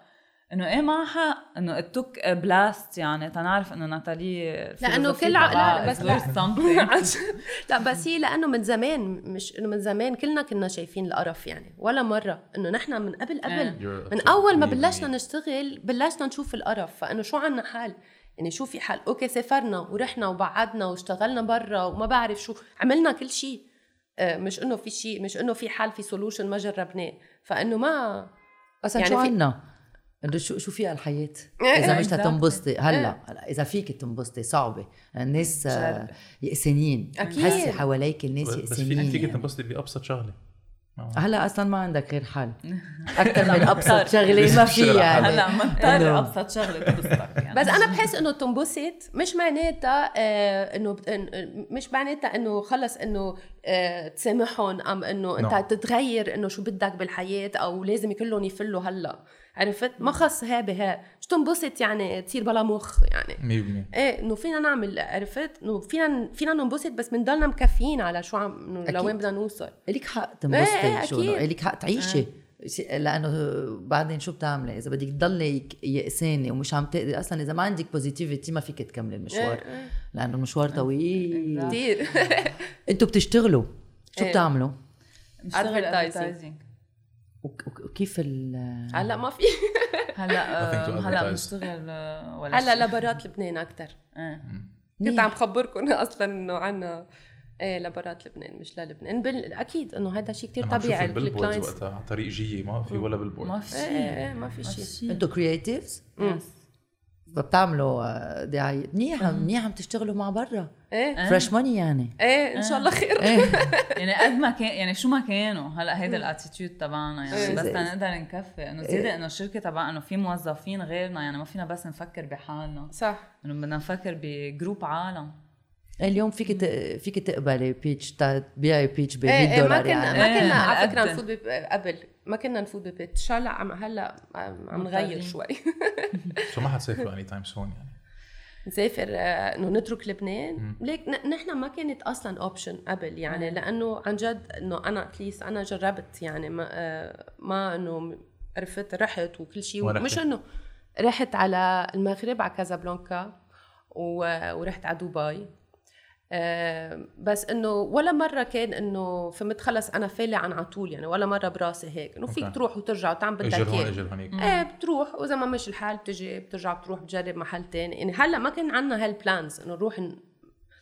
Speaker 4: انه ايه معها حق انه it took a blast يعني تنعرف انه ناتالي
Speaker 1: لأنه
Speaker 4: philosophy
Speaker 1: كل ع- لا،
Speaker 4: تبعها
Speaker 1: بس
Speaker 4: is
Speaker 1: لا.
Speaker 4: worth something.
Speaker 1: لا بس هي لانه من زمان مش انه من زمان كلنا كنا شايفين القرف يعني ولا مره انه نحن من قبل
Speaker 4: إيه.
Speaker 1: قبل
Speaker 5: You're
Speaker 1: من
Speaker 5: a-
Speaker 1: اول ما
Speaker 5: 100%.
Speaker 1: بلشنا نشتغل بلشنا نشوف القرف فانه شو عنا حال يعني شو في حل اوكي سافرنا ورحنا وبعدنا واشتغلنا برا وما بعرف شو عملنا كل شيء آه، مش انه في شيء مش انه في حل في سولوشن ما جربناه فانه ما
Speaker 3: اصلا
Speaker 1: يعني
Speaker 3: شو
Speaker 1: في-
Speaker 3: عنا؟ انه شو شو فيها الحياه؟
Speaker 1: إيه،
Speaker 3: اذا مش
Speaker 4: exactly.
Speaker 3: تتنبسطي هلا هلا اذا فيك تنبسطي صعبه الناس آه،
Speaker 4: شرق.
Speaker 3: يئسانين
Speaker 1: أكيد.
Speaker 3: حسي حواليك الناس
Speaker 5: بس فيك فيك
Speaker 3: يئسانين
Speaker 5: تنبسطي بابسط شغله
Speaker 3: هلا اصلا ما عندك غير حل اكثر من ابسط شغله ما
Speaker 5: لازم تشتغل
Speaker 3: في
Speaker 5: على
Speaker 3: يعني
Speaker 4: هلا منطقه
Speaker 3: إنه-
Speaker 4: ابسط شغله تبسطك يعني
Speaker 1: بس انا بحس انه تنبسط مش معناتها آه، انه بت- إن- مش معناتها انه خلص انه آه، تسامحهم ام انه انت
Speaker 5: نعم.
Speaker 1: تتغير انه شو بدك بالحياه او لازم كلهم يفلوا هلا عرفت ما خص ها بها مش تنبسط يعني تصير بلا مخ يعني
Speaker 5: 100%
Speaker 1: ايه انه فينا نعمل عرفت انه فينا فينا ننبسط بس بنضلنا مكفيين على شو عم إنه
Speaker 3: أكيد.
Speaker 1: لوين بدنا نوصل
Speaker 3: الك
Speaker 1: إيه،
Speaker 3: حق
Speaker 1: إيه،
Speaker 3: تنبسطي شو
Speaker 1: أكيد. إيه.
Speaker 3: إنه الك حق تعيشي شي- لانه بعدين شو بتعملي اذا بدك تضلي يك- يئسانه ومش عم تقدري اصلا اذا ما عندك بوزيتيفيتي ما فيك تكملي المشوار
Speaker 1: إيه،
Speaker 3: لانه المشوار طويل
Speaker 1: كثير
Speaker 3: انتوا بتشتغلوا شو
Speaker 1: إيه.
Speaker 3: بتعملوا
Speaker 4: بشتغل
Speaker 1: Advertising.
Speaker 4: advertising.
Speaker 3: وك- وك- وكيف ال
Speaker 1: هلا ما في
Speaker 4: هلا
Speaker 5: Nothing to
Speaker 4: آه، هلا
Speaker 5: advertise.
Speaker 4: بشتغل آه، ولا
Speaker 1: هلا
Speaker 4: شيء.
Speaker 1: لبرات لبنان اكثر
Speaker 4: إيه.
Speaker 1: كنت عم خبركم اصلا انه عنا ايه لبرات لبنان مش للبنان بال... اكيد انه هذا شيء كثير
Speaker 5: أنا عم شوف
Speaker 1: طبيعي
Speaker 5: البيلبوردز
Speaker 1: الكلاينتس
Speaker 5: وقتها على طريق جية ما في ولا بيلبورد
Speaker 4: ما في
Speaker 1: ايه
Speaker 4: شيء
Speaker 1: ايه ايه ما في شيء
Speaker 3: انتوا كرييتيفز
Speaker 1: Mm.
Speaker 3: فبتعملوا آه، دعايه منيح
Speaker 1: Mm-hmm.
Speaker 3: منيح عم تشتغلوا مع برا
Speaker 1: ايه
Speaker 3: فريش ماني يعني
Speaker 1: ايه ان شاء الله خير
Speaker 4: يعني قد ما كان يعني شو ما كانوا هلا هيدا الاتيتيود تبعنا يعني
Speaker 1: إيه.
Speaker 4: بس نقدر نكفي انه زياده انه الشركه تبعنا انه في موظفين غيرنا يعني ما فينا بس نفكر بحالنا
Speaker 1: صح
Speaker 4: انه بدنا نفكر بجروب عالم
Speaker 1: Eh,
Speaker 3: اليوم فيك ت- فيك تقبلي بيتش تبيعي بيتش ب
Speaker 1: ايه
Speaker 3: 100
Speaker 1: ايه Mm. ما
Speaker 3: دولار
Speaker 1: كنا
Speaker 3: يعني
Speaker 1: ما كنا على
Speaker 4: هالقد.
Speaker 1: فكره نفوت بب- قبل ما كنا نفوت ببيت هلا عم هلا عم عم نغير
Speaker 4: مضطرين.
Speaker 1: شوي
Speaker 5: سو ما حتسافروا اني تايم سون يعني
Speaker 1: نسافر آه، انه نترك لبنان ليك ن- نحن ما كانت اصلا اوبشن قبل يعني لانه عن جد انه انا اتليست انا جربت يعني ما آه، ما انه م- عرفت رحت وكل
Speaker 5: وين
Speaker 1: شيء
Speaker 5: رحتي؟
Speaker 1: مش انه رحت على المغرب على كازابلانكا و- ورحت على دبي آه، بس انه ولا مره كان انه فهمت خلص انا فالي عن عطول يعني ولا مره براسي هيك انه فيك
Speaker 5: أوكي.
Speaker 1: تروح وترجع وتعمل بدك
Speaker 5: اجل هون
Speaker 1: إياه.
Speaker 5: اجل هونيك
Speaker 1: ايه بتروح واذا ما مش الحال بتجي بترجع بتروح بتجرب محل تاني يعني هلا ما كان عندنا هالبلانز انه نروح ن...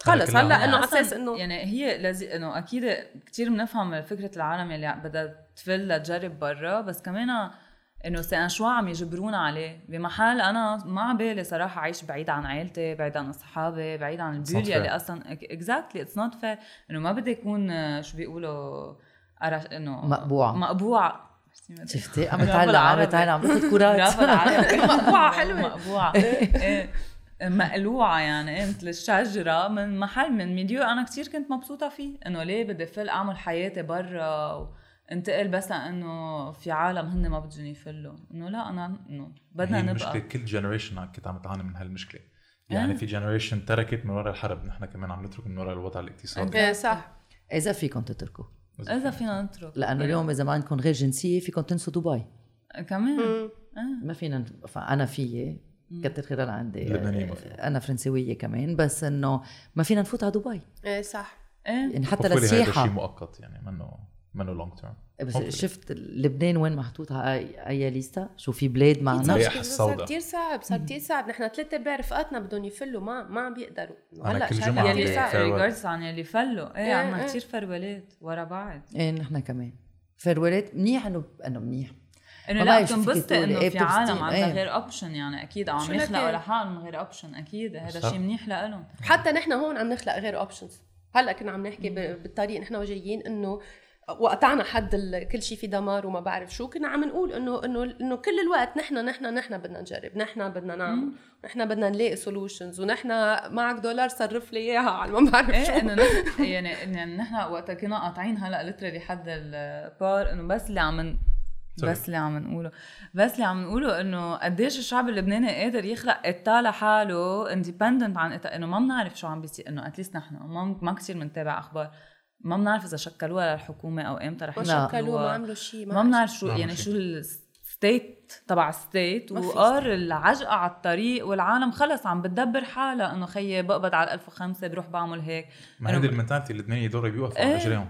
Speaker 1: خلص
Speaker 5: كلها
Speaker 1: هلا
Speaker 5: عنا.
Speaker 1: انه
Speaker 4: أنا أصلاً
Speaker 1: اساس انه
Speaker 4: يعني هي لازم انه اكيد كثير بنفهم فكره العالم اللي بدها تفل لتجرب برا بس كمان انه سان شو عم يجبرونا عليه بمحل انا ما عبالي صراحه اعيش بعيد عن عائلتي بعيد عن اصحابي بعيد عن
Speaker 5: not
Speaker 4: البيوت
Speaker 5: fair.
Speaker 4: اللي اصلا اكزاكتلي اتس نوت فير انه ما بدي اكون آه، شو بيقولوا أرش... انه
Speaker 3: مقبوعة.
Speaker 4: مقبوعه
Speaker 3: شفتي عم تعلق عم تعلق عم تاخذ
Speaker 4: برافو
Speaker 3: كرات
Speaker 4: العربي
Speaker 1: مقبوعة حلوة.
Speaker 4: مقبوعة إيه. مقلوعة يعني إيه، مثل الشجرة من محل من ميديو أنا كتير كنت مبسوطة فيه إنه ليه بدي فل أعمل حياتي برا وانتقل بس لأنه في عالم هن ما بدهم يفلوا إنه لا أنا إنه بدنا
Speaker 5: هي
Speaker 4: نبقى
Speaker 5: المشكله كل جنريشن كنت عم تعاني من هالمشكله يعني
Speaker 3: إيه.
Speaker 5: في جنريشن تركت من وراء الحرب نحن كمان عم نترك من وراء الوضع
Speaker 3: إيه،
Speaker 5: الاقتصادي
Speaker 1: ايه صح
Speaker 3: اذا فيكم تتركوا
Speaker 4: إذا فينا نترك
Speaker 3: لانه اليوم اذا ما عندكم غير جنسيه فيكم تنسوا دبي
Speaker 4: إيه، كمان
Speaker 3: ما فينا فانا فيي
Speaker 1: Mm.
Speaker 3: كتر خيرها عندي
Speaker 5: لبنانية ما فيها.
Speaker 3: انا فرنسويه كمان بس انه ما فينا نفوت على دبي
Speaker 1: ايه صح
Speaker 4: إيه
Speaker 3: يعني حتى
Speaker 5: Hopefully هذا شيء
Speaker 3: للسياحه
Speaker 5: مؤقت يعني منه منه لونج تيرم
Speaker 3: بس شفت لبنان وين محطوط على أي- اي ليستا شو في بلاد معنا
Speaker 5: صح.
Speaker 1: صار
Speaker 5: الرياح
Speaker 1: كتير-
Speaker 5: السوداء.
Speaker 1: صار كثير صعب صار كثير صعب نحن ثلاثة أرباع رفقاتنا بدهم يفلوا ما ما عم بيقدروا إنه
Speaker 5: أنا
Speaker 1: هلا
Speaker 5: كل
Speaker 1: شهر
Speaker 5: جمعة
Speaker 1: كتير
Speaker 5: عندي
Speaker 1: صعب.
Speaker 5: farewell.
Speaker 4: ريجاردز عن يلي فلوا إيه
Speaker 1: إيه،
Speaker 4: عنا
Speaker 1: إيه.
Speaker 4: كتير فرولات ورا بعض
Speaker 3: ايه نحن كمان فالولاد منيح انه انه منيح
Speaker 4: انه
Speaker 3: ما
Speaker 4: لا
Speaker 3: بعرف شو فيكي
Speaker 4: بتنبسطي
Speaker 3: تقولي،
Speaker 4: انه
Speaker 3: إيه
Speaker 4: في
Speaker 3: بتنبسطي،
Speaker 4: عالم عندها
Speaker 3: إيه.
Speaker 4: غير اوبشن يعني اكيد عم
Speaker 1: شو
Speaker 4: يخلقوا
Speaker 1: لك؟ إيه؟
Speaker 4: لحالهم من غير اوبشن اكيد هذا
Speaker 5: صح.
Speaker 4: شيء منيح لهم
Speaker 1: حتى نحن هون عم نخلق غير اوبشنز هلا كنا عم نحكي ب- بالطريق نحن وجايين انه وقطعنا حد ال- كل شيء في دمار وما بعرف شو كنا عم نقول انه انه انه كل الوقت نحن نحن نحن بدنا نجرب نحن بدنا نعمل نحن بدنا نلاقي سولوشنز ونحن معك دولار صرف لي اياها على ما بعرف
Speaker 4: ايه
Speaker 1: شو
Speaker 4: انه نحن يعني إنه نحن وقتها كنا قاطعين هلا لترلي حد البار انه بس اللي عم ن- بس اللي عم نقوله بس اللي عم نقوله انه قديش الشعب اللبناني قادر يخلق اتا لحاله اندبندنت عن اتا انه ما بنعرف شو عم بيصير انه اتليست نحن ما ما كثير بنتابع اخبار ما بنعرف اذا شكلوها للحكومه او امتى رح
Speaker 1: ما
Speaker 3: لا.
Speaker 1: شكلوا ما عملوا شيء
Speaker 4: ما بنعرف شو
Speaker 5: ما
Speaker 4: يعني
Speaker 5: عرف
Speaker 4: شو الستيت تبع الستيت
Speaker 1: ما في
Speaker 4: وقار العجقه على الطريق والعالم خلص عم بتدبر حالها انه خيي بقبض على 1005 بروح بعمل هيك
Speaker 5: ما هيدي المنتاليتي اللبنانيه دوري بيوقفوا
Speaker 4: إيه.
Speaker 5: على رجليهم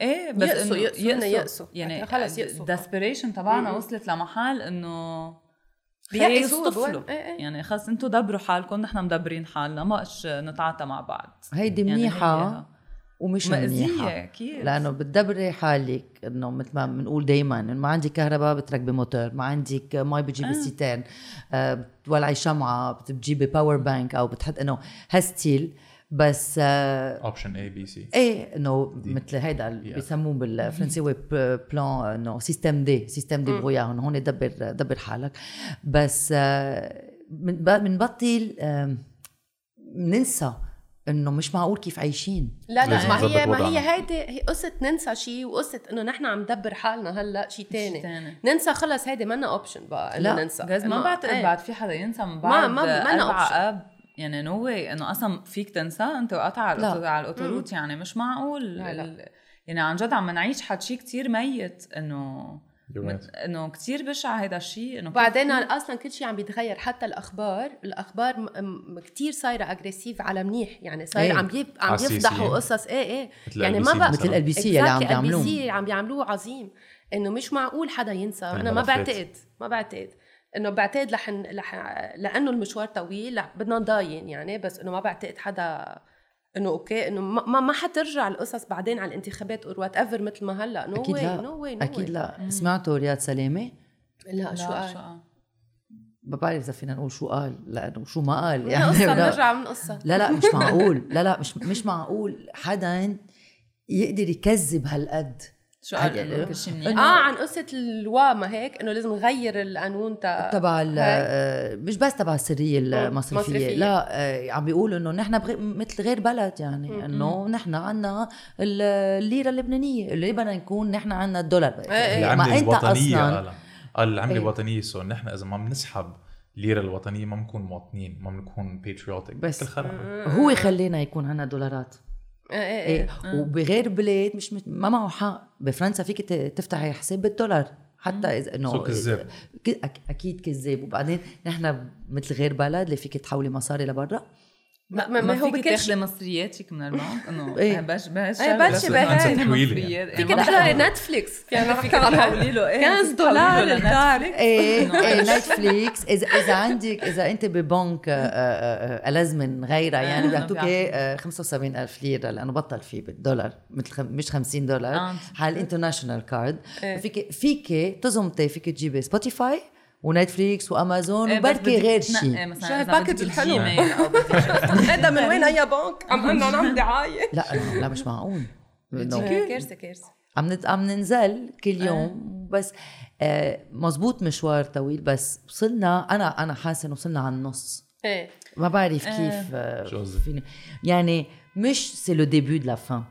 Speaker 4: ايه بس
Speaker 1: يأسوا-
Speaker 4: إنه
Speaker 1: يأسوا، إنه يأسوا.
Speaker 4: يعني
Speaker 1: خلص يأسوا.
Speaker 4: الدسبريشن تبعنا وصلت لمحل انه خيي
Speaker 1: بيأسوا
Speaker 4: يصطفلوا
Speaker 1: بوين. إيه إيه.
Speaker 4: يعني خلص انتم دبروا حالكم نحن مدبرين حالنا ما قش نتعاطى مع بعض
Speaker 3: هيدي
Speaker 4: يعني
Speaker 3: منيحه ومش
Speaker 4: هي مأزية
Speaker 3: منيحه
Speaker 4: اكيد
Speaker 3: لانه بتدبري حالك انه مثل ما بنقول دائما ما عندي كهرباء بترك بموتور ما عندك مي بتجيبي سيتان آه، بتولعي شمعه بتجيبي باور بانك او بتحط انه هستيل بس آه،
Speaker 5: اوبشن اي بي سي
Speaker 3: ايه انه مثل هيدا اللي
Speaker 5: Yeah.
Speaker 3: بيسموه بالفرنساوي ب- بلان انه سيستم دي سيستم دي بغويا هون هون دبر دبر حالك بس آه، من- بنبطل آم، ننسى انه مش معقول كيف عايشين
Speaker 1: لا لا
Speaker 5: لازم
Speaker 1: ما
Speaker 5: نظبط
Speaker 1: هي ما هي
Speaker 5: وضعنا.
Speaker 1: هيدي هي قصه ننسى شيء وقصه انه نحن عم ندبر حالنا هلا شيء تاني.
Speaker 4: تاني.
Speaker 1: ننسى خلص هيدي منا اوبشن بقى إنه
Speaker 3: لا،
Speaker 1: ننسى
Speaker 4: جاز ما
Speaker 1: إنه-
Speaker 4: بعتقد
Speaker 1: إيه.
Speaker 4: بعد في حدا ينسى من بعد
Speaker 1: ما- ما
Speaker 4: أربعة
Speaker 1: option.
Speaker 4: اب يعني نو واي انه اصلا فيك تنسى انت وقعت على
Speaker 3: لا.
Speaker 4: الأوتو- على الاوتوروت يعني مش معقول
Speaker 1: لا، لا.
Speaker 4: ال- يعني عن جد عم نعيش حد شيء كثير ميت انه
Speaker 5: right.
Speaker 4: انه كثير بشع هيدا الشيء انه كيف-
Speaker 1: وبعدين اصلا كل شيء عم بيتغير حتى الاخبار الاخبار م- م- كتير صايره اجريسيف على منيح يعني صاير
Speaker 3: إيه.
Speaker 1: عم يب... عم
Speaker 5: على السياسيين.
Speaker 1: يفضحوا قصص ايه ايه
Speaker 5: مثل
Speaker 1: يعني
Speaker 5: LBC
Speaker 1: ما بقى
Speaker 5: مثلاً.
Speaker 3: مثل البي سي اللي عم
Speaker 1: Exactly،
Speaker 3: بيعملوه
Speaker 1: LBC اللي عم بيعملوه عظيم انه مش معقول حدا ينسى انا ما
Speaker 5: الملفات.
Speaker 1: بعتقد ما بعتقد انه بعتقد رح لح... لانه المشوار طويل لح... بدنا نضاين يعني بس انه ما بعتقد حدا انه اوكي انه ما ما- ما حترجع القصص بعدين على الانتخابات اور وات ايفر مثل ما هلا نو
Speaker 3: اكيد
Speaker 1: واي
Speaker 3: لا
Speaker 1: نو واي
Speaker 3: اكيد لا سمعتوا رياض سلامه
Speaker 1: لا شو قال؟
Speaker 4: قال؟
Speaker 3: ما بعرف اذا فينا نقول شو قال لانه شو ما قال
Speaker 1: من قصه
Speaker 3: يعني لا.
Speaker 1: بنرجع من قصه
Speaker 3: لا لا مش معقول لا لا مش مش معقول حدا يقدر يكذب هالقد
Speaker 4: شو قال؟
Speaker 3: حد-
Speaker 4: إنه كل شيء منيح
Speaker 1: اه عن قصه اللوا ما هيك انه لازم نغير القانون تا
Speaker 3: تبع ال-
Speaker 1: هاي.
Speaker 3: آه، مش بس تبع السريه المصرفيه
Speaker 1: مصرفية.
Speaker 3: لا آه، عم بيقولوا انه نحن بغي... مثل غير بلد يعني انه نحن عندنا الليره اللبنانيه اللي بدنا نكون نحن عندنا الدولار
Speaker 1: إيه.
Speaker 5: العمله
Speaker 3: ما انت
Speaker 5: الوطنيه
Speaker 3: اصلا
Speaker 5: قال قال العمله
Speaker 3: إيه.
Speaker 5: الوطنيه سو نحن اذا ما بنسحب الليره الوطنيه ما بنكون مواطنين ما بنكون باتريوتيك
Speaker 3: بس.
Speaker 5: كل خرا
Speaker 3: هو خلينا يكون عندنا دولارات
Speaker 1: إيه، إيه، إيه.
Speaker 3: إيه. وبغير بلاد مش مت... ما معه حق بفرنسا فيك ت- تفتحي حساب بالدولار حتى اذا انه
Speaker 5: سو كذاب
Speaker 3: ك- أك- اكيد كذاب وبعدين نحن مثل غير بلد اللي فيك تحولي مصاري لبرا
Speaker 1: ما, ما,
Speaker 4: ما,
Speaker 1: ما هو
Speaker 4: فيك
Speaker 1: بكل
Speaker 4: تاخذي
Speaker 1: شيء
Speaker 4: مصريات هيك من البنك انه
Speaker 3: إيه.
Speaker 4: بش بش
Speaker 1: إيه، بلشي بهاي. فيك
Speaker 4: فيك
Speaker 1: تحضري نتفليكس يعني فيك تحضري
Speaker 4: له إيه،
Speaker 1: 15 دولار
Speaker 4: تحولي له
Speaker 1: الدار.
Speaker 4: Netflix.
Speaker 3: ايه ايه نتفليكس اذا اذا عندك اذا انت ببنك آه، آه، آه، ألز من غيرها يعني
Speaker 4: آه،
Speaker 3: بيعطوك
Speaker 4: بيعطوك.
Speaker 3: إيه، آه، 75000 ليره لانه بطل في بالدولار مثل خم- مش 50
Speaker 4: آه.
Speaker 3: دولار على الانترناشونال كارد
Speaker 1: إيه.
Speaker 3: فيك فيك تزمتي فيك تجيبي سبوتيفاي ونتفليكس وامازون
Speaker 4: إيه، بس
Speaker 3: وبركي
Speaker 4: بدك
Speaker 3: غير
Speaker 4: تنقي
Speaker 3: شيء
Speaker 4: مثلاً
Speaker 1: شو
Speaker 4: إذا
Speaker 1: هالباكج
Speaker 4: بدك
Speaker 1: الحلو؟
Speaker 4: الجيميل أو بدك-
Speaker 1: هذا إيه، من وين هي بنك عم قلنا نعمل دعايه
Speaker 3: لا لا لا، مش معقول إنه-
Speaker 1: كارثه كارثه
Speaker 3: عم نت... عم ننزل كل
Speaker 4: إيه.
Speaker 3: يوم بس آه مزبوط مشوار طويل بس وصلنا انا انا حاسه إنه وصلنا على النص
Speaker 1: ايه
Speaker 3: ما بعرف
Speaker 4: إيه.
Speaker 3: كيف آه
Speaker 5: شو قصدك؟
Speaker 3: فينا يعني مش سي لو ديبي دو لا فان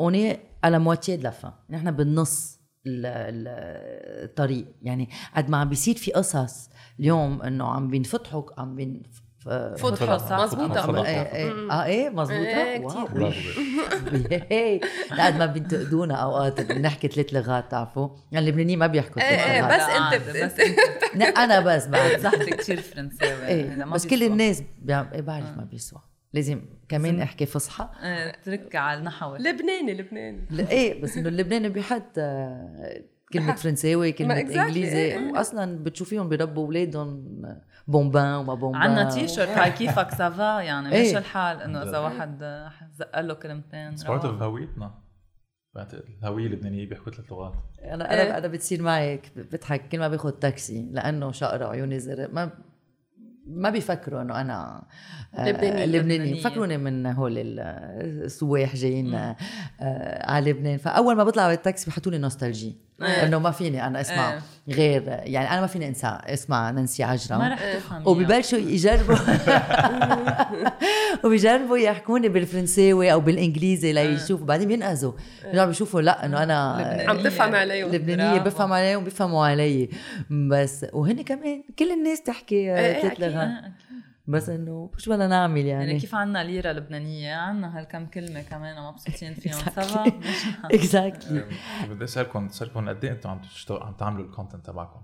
Speaker 3: اون اي على موتي دو لا فان نحن بالنص ال- ال- الطريق يعني قد ما عم بيصير في قصص اليوم انه عم بينفتحوا عم بين
Speaker 1: فوت
Speaker 4: خلص،
Speaker 1: حصة مزبوطه
Speaker 5: خلص.
Speaker 3: اه ايه اه ايه
Speaker 1: إيه،
Speaker 3: مزبوطه
Speaker 1: كتير.
Speaker 3: واو
Speaker 5: برافو
Speaker 3: ياي. لقد ما بينتقدونا اوقات بنحكي ثلاث لغات تعرفوا يعني اللبنانيين ما بيحكوا
Speaker 1: إيه،
Speaker 3: ثلاث
Speaker 1: إيه،
Speaker 3: لغات
Speaker 1: بس أنت
Speaker 4: عاد،
Speaker 1: بت-
Speaker 4: بس أنت
Speaker 3: لا، انا بس بعرف
Speaker 4: بتزحلي كثير فرنساوي
Speaker 3: ايه
Speaker 4: هلا ما
Speaker 3: بس كل
Speaker 4: بيسوى.
Speaker 3: الناس بيعم- إيه،
Speaker 1: آه.
Speaker 3: بعرف ما بيسوى لازم كمان احكي فصحى
Speaker 4: إيه، اترك على النحو
Speaker 1: لبناني لبناني
Speaker 3: ل- ايه بس انه اللبناني بيحط آه، كلمة فرنساوي كلمة
Speaker 1: exactly، إيه،
Speaker 3: انجليزي
Speaker 1: إيه.
Speaker 3: واصلا بتشوفيهم بيربوا اولادهم بومبان وما بومبان
Speaker 4: عنا تي شيرت هاي كيفك سافا يعني مش
Speaker 3: إيه.
Speaker 4: الحال انه اذا واحد آه، زق له كلمتين
Speaker 5: اتس بارت اوف
Speaker 4: روح.
Speaker 5: هويتنا بعتقد الهويه اللبنانيه بيحكوا ثلاث لغات
Speaker 3: انا انا انا بتصير معي ك- بضحك كل ما باخذ تاكسي لانه شقرة عيوني زرق ما ما بيفكروا انه انا آه،
Speaker 1: لبنانية.
Speaker 3: لبنانية
Speaker 4: لبنانية.
Speaker 3: بفكروني من هول ال- السواح جايين آه، على لبنان فاول ما بطلع بالتاكسي بحطوا لي نوستالجي
Speaker 4: إيه.
Speaker 3: انه ما فيني انا اسمع
Speaker 4: إيه.
Speaker 3: غير يعني انا ما فيني انسى اسمع نانسي عجرم
Speaker 4: ما رح تفهم
Speaker 3: وببلشوا يجربوا وبيجربوا يحكوني بالفرنساوي او بالانجليزي ليشوفوا بعدين بينقذوا بيرجعوا بيشوفوا لا انه انا
Speaker 4: لبنانية.
Speaker 1: عم تفهم عليهم
Speaker 3: لبنانيه
Speaker 4: برافو.
Speaker 3: بفهم عليهم بيفهموا علي بس وهن كمان كل الناس تحكي
Speaker 1: إيه، إيه،
Speaker 3: آه، ثلاث
Speaker 1: أكيد.
Speaker 3: لغات بس انه شو بدنا نعمل
Speaker 4: يعني
Speaker 3: يعني
Speaker 4: كيف عنا ليرة لبنانية عنا هالكم كلمة كمان مبسوطين فيهم سوا
Speaker 3: اكزاكتلي
Speaker 5: بدي اسالكم صاركم قد ايه انتم عم تشتغلوا عم تعملوا الكونتنت تبعكم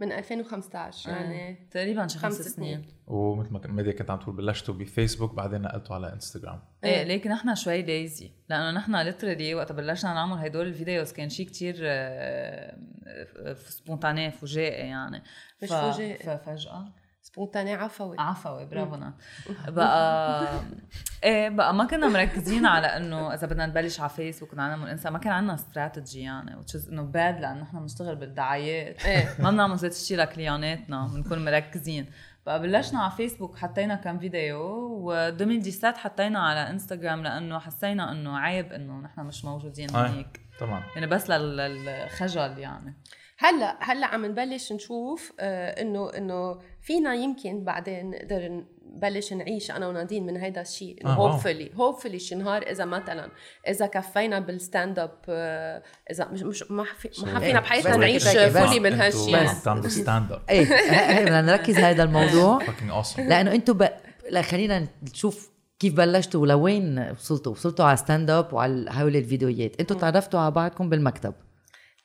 Speaker 1: من 2015 يعني
Speaker 4: تقريبا شي خمس
Speaker 1: خمس
Speaker 4: سنين
Speaker 5: ومثل ما ميديا كنت عم تقول بلشتوا بفيسبوك بعدين نقلتوا على انستغرام
Speaker 4: ايه لكن نحن شوي ليزي لانه نحن ليترلي وقت بلشنا نعمل هدول الفيديوز كان شيء كتير آه، سبونتاني فجائي يعني
Speaker 1: مش
Speaker 4: ف-
Speaker 1: فجائي.
Speaker 4: ففجأة
Speaker 1: سبونتاني عفوي
Speaker 4: عفوي برافو نعم بقى ايه بقى ما كنا مركزين على انه اذا بدنا نبلش على فيسبوك ونعمل انستا ما كان عندنا استراتيجي يعني وتشز انه باد لانه نحن بنشتغل بالدعايات
Speaker 1: ايه
Speaker 4: ما بنعمل ذات الشيء لكلياناتنا بنكون مركزين بقى بلشنا على فيسبوك حطينا كم فيديو و 2017 حطينا على انستغرام لانه حسينا انه عيب انه نحن مش موجودين
Speaker 5: آه.
Speaker 4: هنيك
Speaker 5: طبعا
Speaker 4: يعني بس لل- للخجل يعني
Speaker 1: هلا هلا عم نبلش نشوف آه، انه انه فينا يمكن بعدين نقدر نبلش نعيش انا ونادين من هيدا الشيء انه
Speaker 5: آه، واو.
Speaker 1: هوبفلي هوبفلي شي نهار اذا مثلا اذا كفينا بالستاند اب آه، اذا مش مش ما في ما حفينا
Speaker 3: إيه،
Speaker 1: بحياتنا
Speaker 3: بس
Speaker 1: نعيش
Speaker 3: هيك بس.
Speaker 1: فولي من هالشيء
Speaker 5: بس عم تعملوا ستاند اب
Speaker 3: ايه إيه، بدنا نركز هذا الموضوع
Speaker 5: فاكينج اوسم
Speaker 3: لانه انتم ب... لا خلينا نشوف كيف بلشتوا ولوين وصلتوا وصلتوا على ستاند اب وعلى هول الفيديوهات انتم تعرفتوا على بعضكم بالمكتب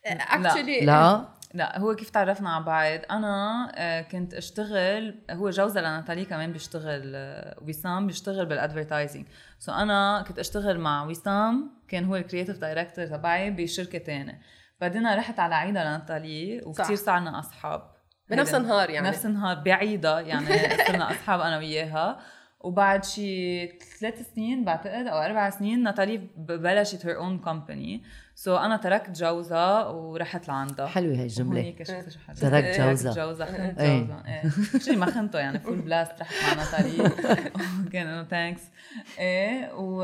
Speaker 1: آه، اكشلي
Speaker 3: لا
Speaker 4: لا هو كيف تعرفنا على بعض انا آه، كنت اشتغل هو جوزها لناتالي كمان بيشتغل آه، وسام بيشتغل بالادفرتايزنج سو انا كنت اشتغل مع وسام كان هو الكرييتيف دايركتور تبعي بشركه تانية بعدين رحت على عيدها لناتالي وكثير
Speaker 1: صح.
Speaker 4: صرنا اصحاب
Speaker 1: بنفس
Speaker 4: هيدا.
Speaker 1: النهار يعني.
Speaker 4: نفس النهار بعيدها يعني صرنا اصحاب انا وياها وبعد شي ثلاث سنين بعتقد او اربع سنين ناتالي بلشت هير اون كومباني سو انا تركت جوزها ورحت لعندها
Speaker 3: حلوه هاي الجمله
Speaker 4: هيك شفت شو حدا
Speaker 3: تركت
Speaker 4: إيه،
Speaker 3: جوزها.
Speaker 4: جوزها خنت
Speaker 3: إيه.
Speaker 4: جوزها ايه شي ما خنته يعني فول بلاست رحت مع ناتالي كان انه ثانكس ايه و...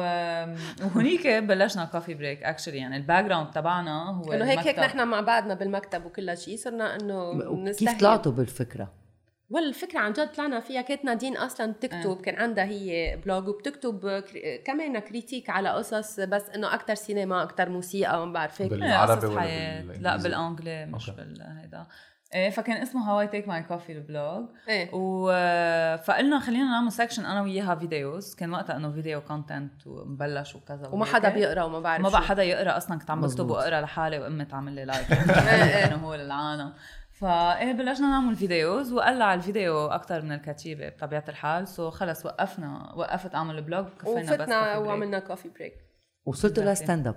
Speaker 4: وهنيك بلشنا كوفي بريك اكشلي يعني الباك جراوند تبعنا هو
Speaker 1: انه هيك هيك
Speaker 4: المكتب.
Speaker 1: نحن مع بعضنا بالمكتب وكل شيء صرنا انه
Speaker 3: كيف
Speaker 1: نستهل.
Speaker 3: طلعتوا بالفكره؟
Speaker 1: والله الفكرة عن جد طلعنا فيها كانت نادين أصلا
Speaker 4: آه.
Speaker 1: بتكتب كان عندها هي بلوج وبتكتب كري- كمان كريتيك على قصص بس إنه أكتر سينما أكتر موسيقى ما بعرف هيك
Speaker 5: بال-
Speaker 4: إيه،
Speaker 5: بالعربي
Speaker 4: قصص
Speaker 5: ولا
Speaker 4: حياة. لا
Speaker 5: بالإنجليزي؟
Speaker 4: بالانجلي مش
Speaker 5: أوكي.
Speaker 4: بالهيدا ايه فكان اسمه هاو اي تيك ماي كوفي البلوج
Speaker 1: إيه.
Speaker 4: و فقلنا خلينا نعمل سكشن انا وياها فيديوز كان وقتها انه فيديو كونتنت ومبلش وكذا
Speaker 1: وما
Speaker 4: وهيك.
Speaker 1: حدا بيقرا وما بعرف
Speaker 4: ما
Speaker 1: شو.
Speaker 4: بقى حدا يقرا اصلا كنت عم بكتب
Speaker 3: مزبوط.
Speaker 4: واقرا لحالي وامي تعمل لي لايك
Speaker 1: إيه.
Speaker 4: انه هو العانا فايه بلشنا نعمل فيديوز وقلع الفيديو اكثر من الكتيبه بطبيعه الحال سو خلص وقفنا وقفت اعمل بلوج كفينا بس
Speaker 1: وفتنا
Speaker 4: coffee break.
Speaker 1: وعملنا كوفي بريك
Speaker 3: وصلتوا
Speaker 4: بالعافية.
Speaker 3: لستاند اب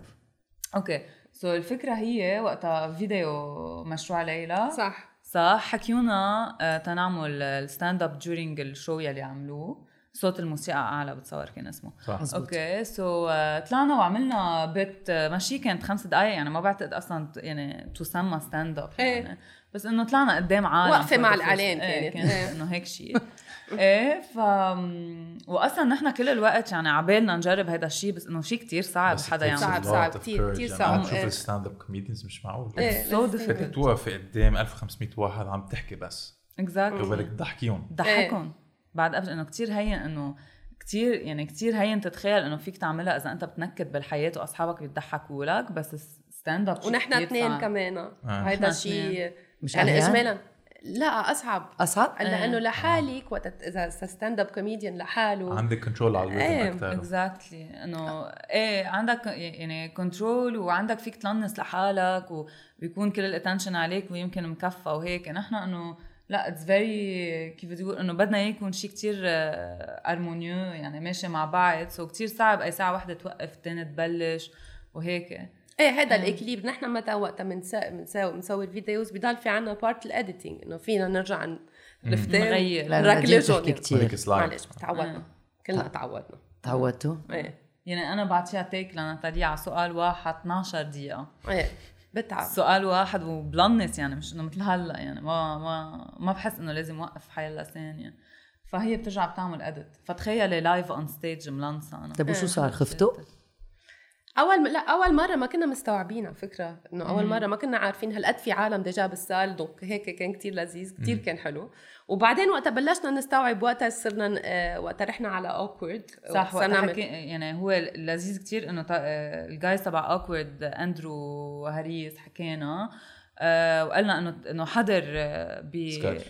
Speaker 4: اوكي سو الفكره هي وقتها فيديو مشروع ليلى
Speaker 1: صح
Speaker 4: صح حكيونا آه، تنعمل الستاند اب during الشو يلي عملوه صوت الموسيقى اعلى بتصور كان اسمه
Speaker 5: صح
Speaker 3: مزبوط.
Speaker 4: اوكي سو طلعنا وعملنا بيت آه، ماشي كانت خمس دقائق يعني ما بعتقد اصلا ت- يعني تسمى ستاند اب
Speaker 1: إيه.
Speaker 4: يعني بس انه طلعنا قدام عالم
Speaker 1: وقفة مع
Speaker 4: for the first-
Speaker 1: الإعلان
Speaker 4: إيه،
Speaker 1: كانت.
Speaker 4: كانت
Speaker 1: إيه.
Speaker 4: انه هيك شيء ايه ف واصلا نحن كل الوقت يعني عبالنا نجرب هذا الشيء بس انه شيء كتير صعب
Speaker 5: بس it
Speaker 4: حدا
Speaker 5: takes
Speaker 4: يعمل
Speaker 1: صعب،
Speaker 5: a lot
Speaker 1: صعب،
Speaker 5: of
Speaker 1: كتير-
Speaker 5: courage.
Speaker 1: كتير
Speaker 5: يعني
Speaker 1: صعب.
Speaker 5: عم تشوف
Speaker 1: إيه.
Speaker 5: الستاند اب كوميديانز مش معقول
Speaker 1: إيه.
Speaker 4: سو
Speaker 5: بدك
Speaker 4: ديفيكلت
Speaker 5: توقفي قدام 1500 واحد عم تحكي بس
Speaker 4: اكزاكتلي
Speaker 5: وبدك تضحكيهم
Speaker 1: إيه.
Speaker 4: ضحكهم بعد قبل انه كتير هين انه كتير يعني كتير هين تتخيل انه فيك تعملها اذا انت بتنكد بالحياه واصحابك بيضحكوا لك بس ستاند اب
Speaker 1: ونحن اثنين كمان آه. هيدا
Speaker 4: نحن
Speaker 1: الشيء
Speaker 3: مش
Speaker 1: يعني
Speaker 3: أهيان؟
Speaker 1: إجمالا لا أصعب
Speaker 4: آه.
Speaker 3: اصعب؟
Speaker 1: لأنه لحالك وقت إذا ستاند اب كوميديان لحاله
Speaker 5: عندك كنترول على
Speaker 1: إيه،
Speaker 5: الريتم اكثر
Speaker 4: اكزاكتلي انه ايه عندك يعني كنترول وعندك فيك تلنس لحالك وبيكون كل الاتنشن عليك ويمكن مكفى وهيك نحن انه لا اتس فيري كيف بدي اقول انه بدنا اياه يكون شيء كثير ارمونيو يعني ماشي مع بعض سو كثير صعب اي ساعه واحده توقف الثانيه تبلش وهيك
Speaker 1: ايه
Speaker 4: آه.
Speaker 1: هذا الاكليب نحن متى وقت بنساوي بنصور فيديوز بضل في عنا بارت الاديتنج انه فينا نرجع ن- نفتر
Speaker 4: نغير. آه.
Speaker 1: نركلجهم
Speaker 3: بتحكي
Speaker 1: يعني.
Speaker 5: هذيك
Speaker 3: كثير
Speaker 5: سلايد
Speaker 1: معلش تعودنا كلنا تعودنا
Speaker 3: تعودتوا؟
Speaker 1: ايه
Speaker 4: يعني انا بعت فيها تيك لناتاليا على سؤال واحد 12 دقيقه
Speaker 1: ايه بتعب
Speaker 4: سؤال واحد وبلنس يعني مش انه مثل هلا يعني ما ما ما بحس انه لازم اوقف حيلا ثانيه يعني. فهي بترجع بتعمل ادت فتخيلي لايف اون ستيج ملنسه انا
Speaker 3: طيب وشو صار خفتوا؟
Speaker 1: اول لا اول مره ما كنا مستوعبين على فكره انه اول مره ما كنا عارفين هالقد في عالم ديجا بالسال دونك هيك كان كتير لذيذ كتير كان حلو وبعدين وقتها بلشنا نستوعب وقتها صرنا ن- آه، وقتها رحنا على اوكورد
Speaker 4: صح
Speaker 1: وصرنا
Speaker 4: وقتها
Speaker 1: نعمل-
Speaker 4: حكي يعني هو لذيذ كتير انه تا- آه، الجايز تبع اوكورد اندرو وهريس حكينا آه، وقلنا انه انه حضر آه، ب
Speaker 5: سكتش.